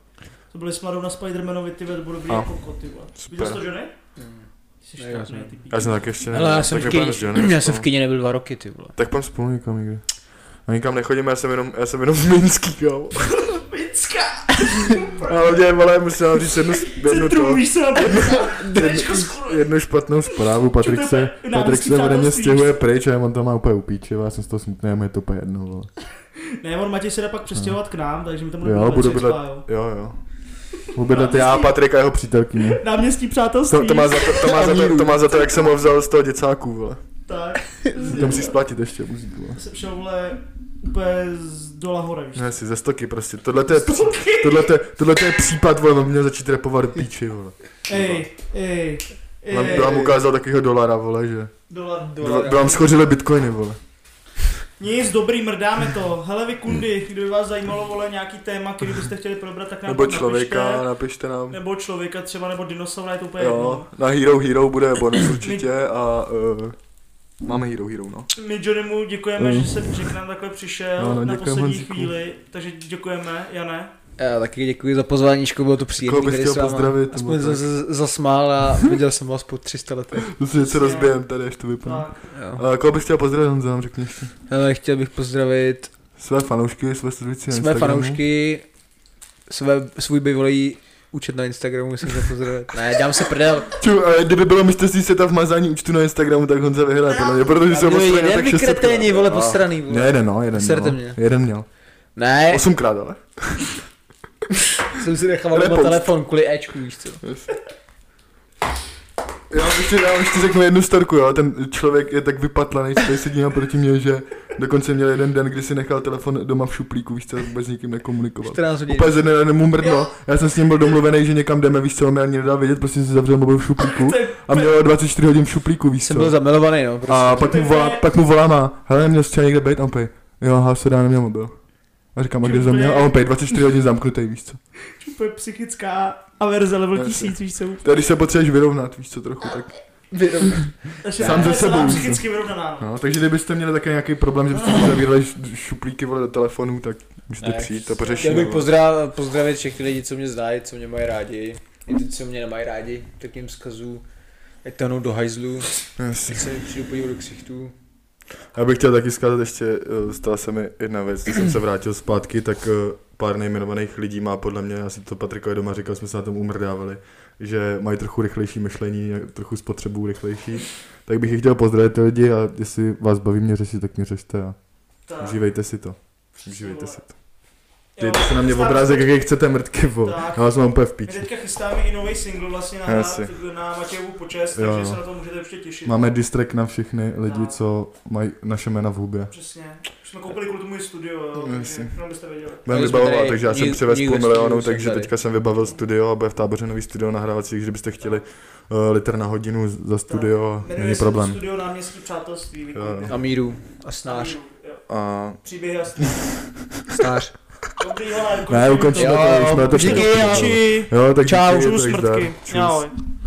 B: To byli s Marou na Spidermanovi, ty vole, to bylo dobrý
A: A.
B: jako kot, ty vole. Viděl jsi to, Johnny? Ty jsi
C: Ne, já
B: špatný,
C: jsem-
B: ty píči.
A: Já jsem tak ještě ne.
C: Hele, Hmm. já jsem,
A: tak
C: v
A: mi
C: kyně,
A: půjdeme s Johnem
C: já jsem v
A: spolu.
C: kyně nebyl dva roky, ty vole.
A: Tak půjdeme spolu někam někde. A nikam nechodím, já jsem jenom, já jsem jenom v Minský, jo.
B: Picka!
A: Ale mě, vole, musím vám říct jednu, jednu,
B: Centrum,
A: to,
B: víš se na to. Drečko z
A: jednu špatnou zprávu. Patrik se,
B: Čtete náměstí
A: Patrik se ode mě
B: přátelství.
A: stěhuje pryč a on to má úplně upíče, já jsem z toho smutný, a mu je to úplně jedno, vole.
B: Ne, on Matěj se jde pak přestěhovat k nám, takže mi tam bude
A: Jo,
B: bydlet
A: budu
B: tři
A: bydlet-
B: cpa, jo.
A: Jo, jo. Ubydlete já, Patrik a jeho přítelkyně.
B: Náměstí přátelství.
A: To, to, má za to, to, má za to, to, má za to, jak jsem ho vzal z toho děcáku, vole.
B: Tak.
A: To musí splatit ještě, musí, vole.
B: Jsem šel, vole, úplně z dola hora, víš.
A: Ne, si ze stoky prostě. Tohle to je, pří- tohle to je, tohle to je případ, vole, on měl začít repovat do píči, vole.
B: Ej, ej, ej.
A: Vám, vám ukázal takového dolara, vole, že.
B: Dola,
A: Dva- Vám schořily bitcoiny, vole.
B: Nic, dobrý, mrdáme to. Hele,
A: Hmm.
B: vy kundy, kdyby vás zajímalo, vole, nějaký téma, který byste chtěli probrat, tak nám
A: Nebo
B: to
A: člověka,
B: napište.
A: napište nám.
B: Nebo člověka třeba, nebo dinosaura, je to úplně
A: Jo,
B: jedno.
A: na Hero Hero bude bonus určitě a uh, máme Hero Hero, no.
B: My Johnnymu děkujeme,
A: Mm.
B: že, se, že k nám takhle přišel
A: No, no,
B: na
A: děkujeme,
B: poslední
A: Honzíku.
B: chvíli, takže děkujeme, Jane.
C: Já taky děkuji za pozvání, Ško, bylo to
A: Koho
C: příjemné.
A: bych
C: tady
A: chtěl
C: s váma.
A: pozdravit,
C: Aspoň
A: nebo
C: z-
A: tak.
C: z- zasmál a viděl jsem vás po 300 letech.
A: To si něco rozbijem tady, až to vypadne.
B: Prostě. Tak.
C: Jo.
A: A koho bych chtěl pozdravit, Honzo, nám řekni ještě.
C: Hele, chtěl bych pozdravit
A: Své fanoušky, své sledující na
C: Své
A: Instagramu.
C: fanoušky, své, svůj bývalý účet na Instagramu musím zapozdravit. Ne, dělám se prdel.
A: Ču, a kdyby bylo mistrovství světa v mazání účtu na Instagramu, tak Honza
B: No.
A: vyhraje podle mě, protože jsem
C: Byli
A: odstraně
C: jeden
A: tak
C: vy
A: 600
C: kreténi, vole, postraný, vole.
A: Ne, jeden no, jeden
C: Serte E.
A: no.
C: mě.
A: Jeden měl.
C: Ne,
A: Osmkrát, ale.
C: jsem si nechal doma
A: Repost.
C: telefon kvůli Ečku, víš co.
A: Já vám ještě, já vám ještě řeknu jednu storku, jo. Ten člověk je tak vypatlaný, co tady sedí naproti mě, že dokonce měl jeden den, kdy si nechal telefon doma v šuplíku, víš co, vůbec s nikým nekomunikoval.
C: 14 hodin.
A: Úplně ze dne na den mu mrdlo. Já jsem s ním byl domluvený, že někam jdeme, víš co, on mě ani nedal vědět, prostě si zavřel mobil v šuplíku.
B: To je
A: A měl ho 24 hodin v šuplíku, víš
C: Jsem byl
A: co.
C: zamilovaný, no, prostě.
A: A pak mu volá, pak mu volá má, hele, měl jsi třeba někde být, a on pej. Jo, aha, se dá, neměl mobil. A říkám, a kde jsi ho měl? A on pej, 24 hodin zamknutý, víš co.
B: úplně psychická averze level
A: Jasně.
B: 1000, víš co?
A: Tady když se potřebuješ vyrovnat, víš co, trochu, tak
B: Naše
A: Sám
B: averze
A: ze sebou,
B: nám
A: víš co.
B: Psychicky vyrovnaná. no.
A: No, takže kdybyste měli také nějaký problém, že byste si zavírali š- šuplíky vole do telefonů, tak můžete
D: Ne,
A: přijít a
C: Chtěl
A: pořešit.
C: bych pozdrav, pozdravit všechny lidi, co mě znají, co mě mají rádi. I ty, co mě nemají rádi, tak jim zkazu. Ať tahnou do hajzlu, ať se mi přijdu podívat do ksichtů.
A: Já bych chtěl taky zkázat ještě, eh, stala se mi jedna věc, když jsem se vrátil zpátky, tak eh, pár nejmenovaných lidí má podle mě, já jsem to Patrikovi doma říkal, jsme se na tom umrdávali, že mají trochu rychlejší myšlení, a trochu spotřebu rychlejší, tak bych jich chtěl pozdravit ty lidi a jestli vás baví mě řešit, tak mě řešte a
B: Tak.
A: užívejte si to. Užívejte si to.
B: Jo,
A: Dejte si na mě
B: chystáme-
A: obrázek, jaký chcete mrtky, vole.
B: Tak.
A: Já vás mám úplně v
B: My
A: píči.
B: teďka chystáme i nový single vlastně na,
A: Jasně.
B: na Matějovu počest,
A: Jo,
B: takže
A: jo.
B: se na to můžete ještě těšit.
A: Máme distrek na všechny lidi,
B: Tak.
A: co mají naše jména v hubě.
B: Přesně. Už jsme koupili kvůli tomu i studio, jo,
A: Jasně.
B: takže jenom byste věděli.
A: Budeme
C: jsme
A: vybavovat,
C: tady
A: takže já jsem
C: New-
A: přivez
C: New
A: půl
C: Studio
A: milionu,
C: jsem
A: takže
C: tady.
A: teďka jsem vybavil studio a bude v táboře nový studio nahrávací, takže byste chtěli uh, liter na hodinu za studio,
B: Jmenuje
A: není
B: se to
A: problém.
B: Studio náměstí přátelství.
A: Jo,
C: A míru. A snář.
B: Jo,
A: A
B: Příběhy jasný.
C: Snář.
B: Dobrý, hele,
A: ne, ukončíme
C: Jo,
A: to, už jsme to
C: díky,
A: všechno.
C: jo.
B: Díky.
A: Jo, tak
C: Čau.
A: díky,
B: Čau,
A: tak zdar.
B: smrtky.
A: Čus.
B: Ahoj.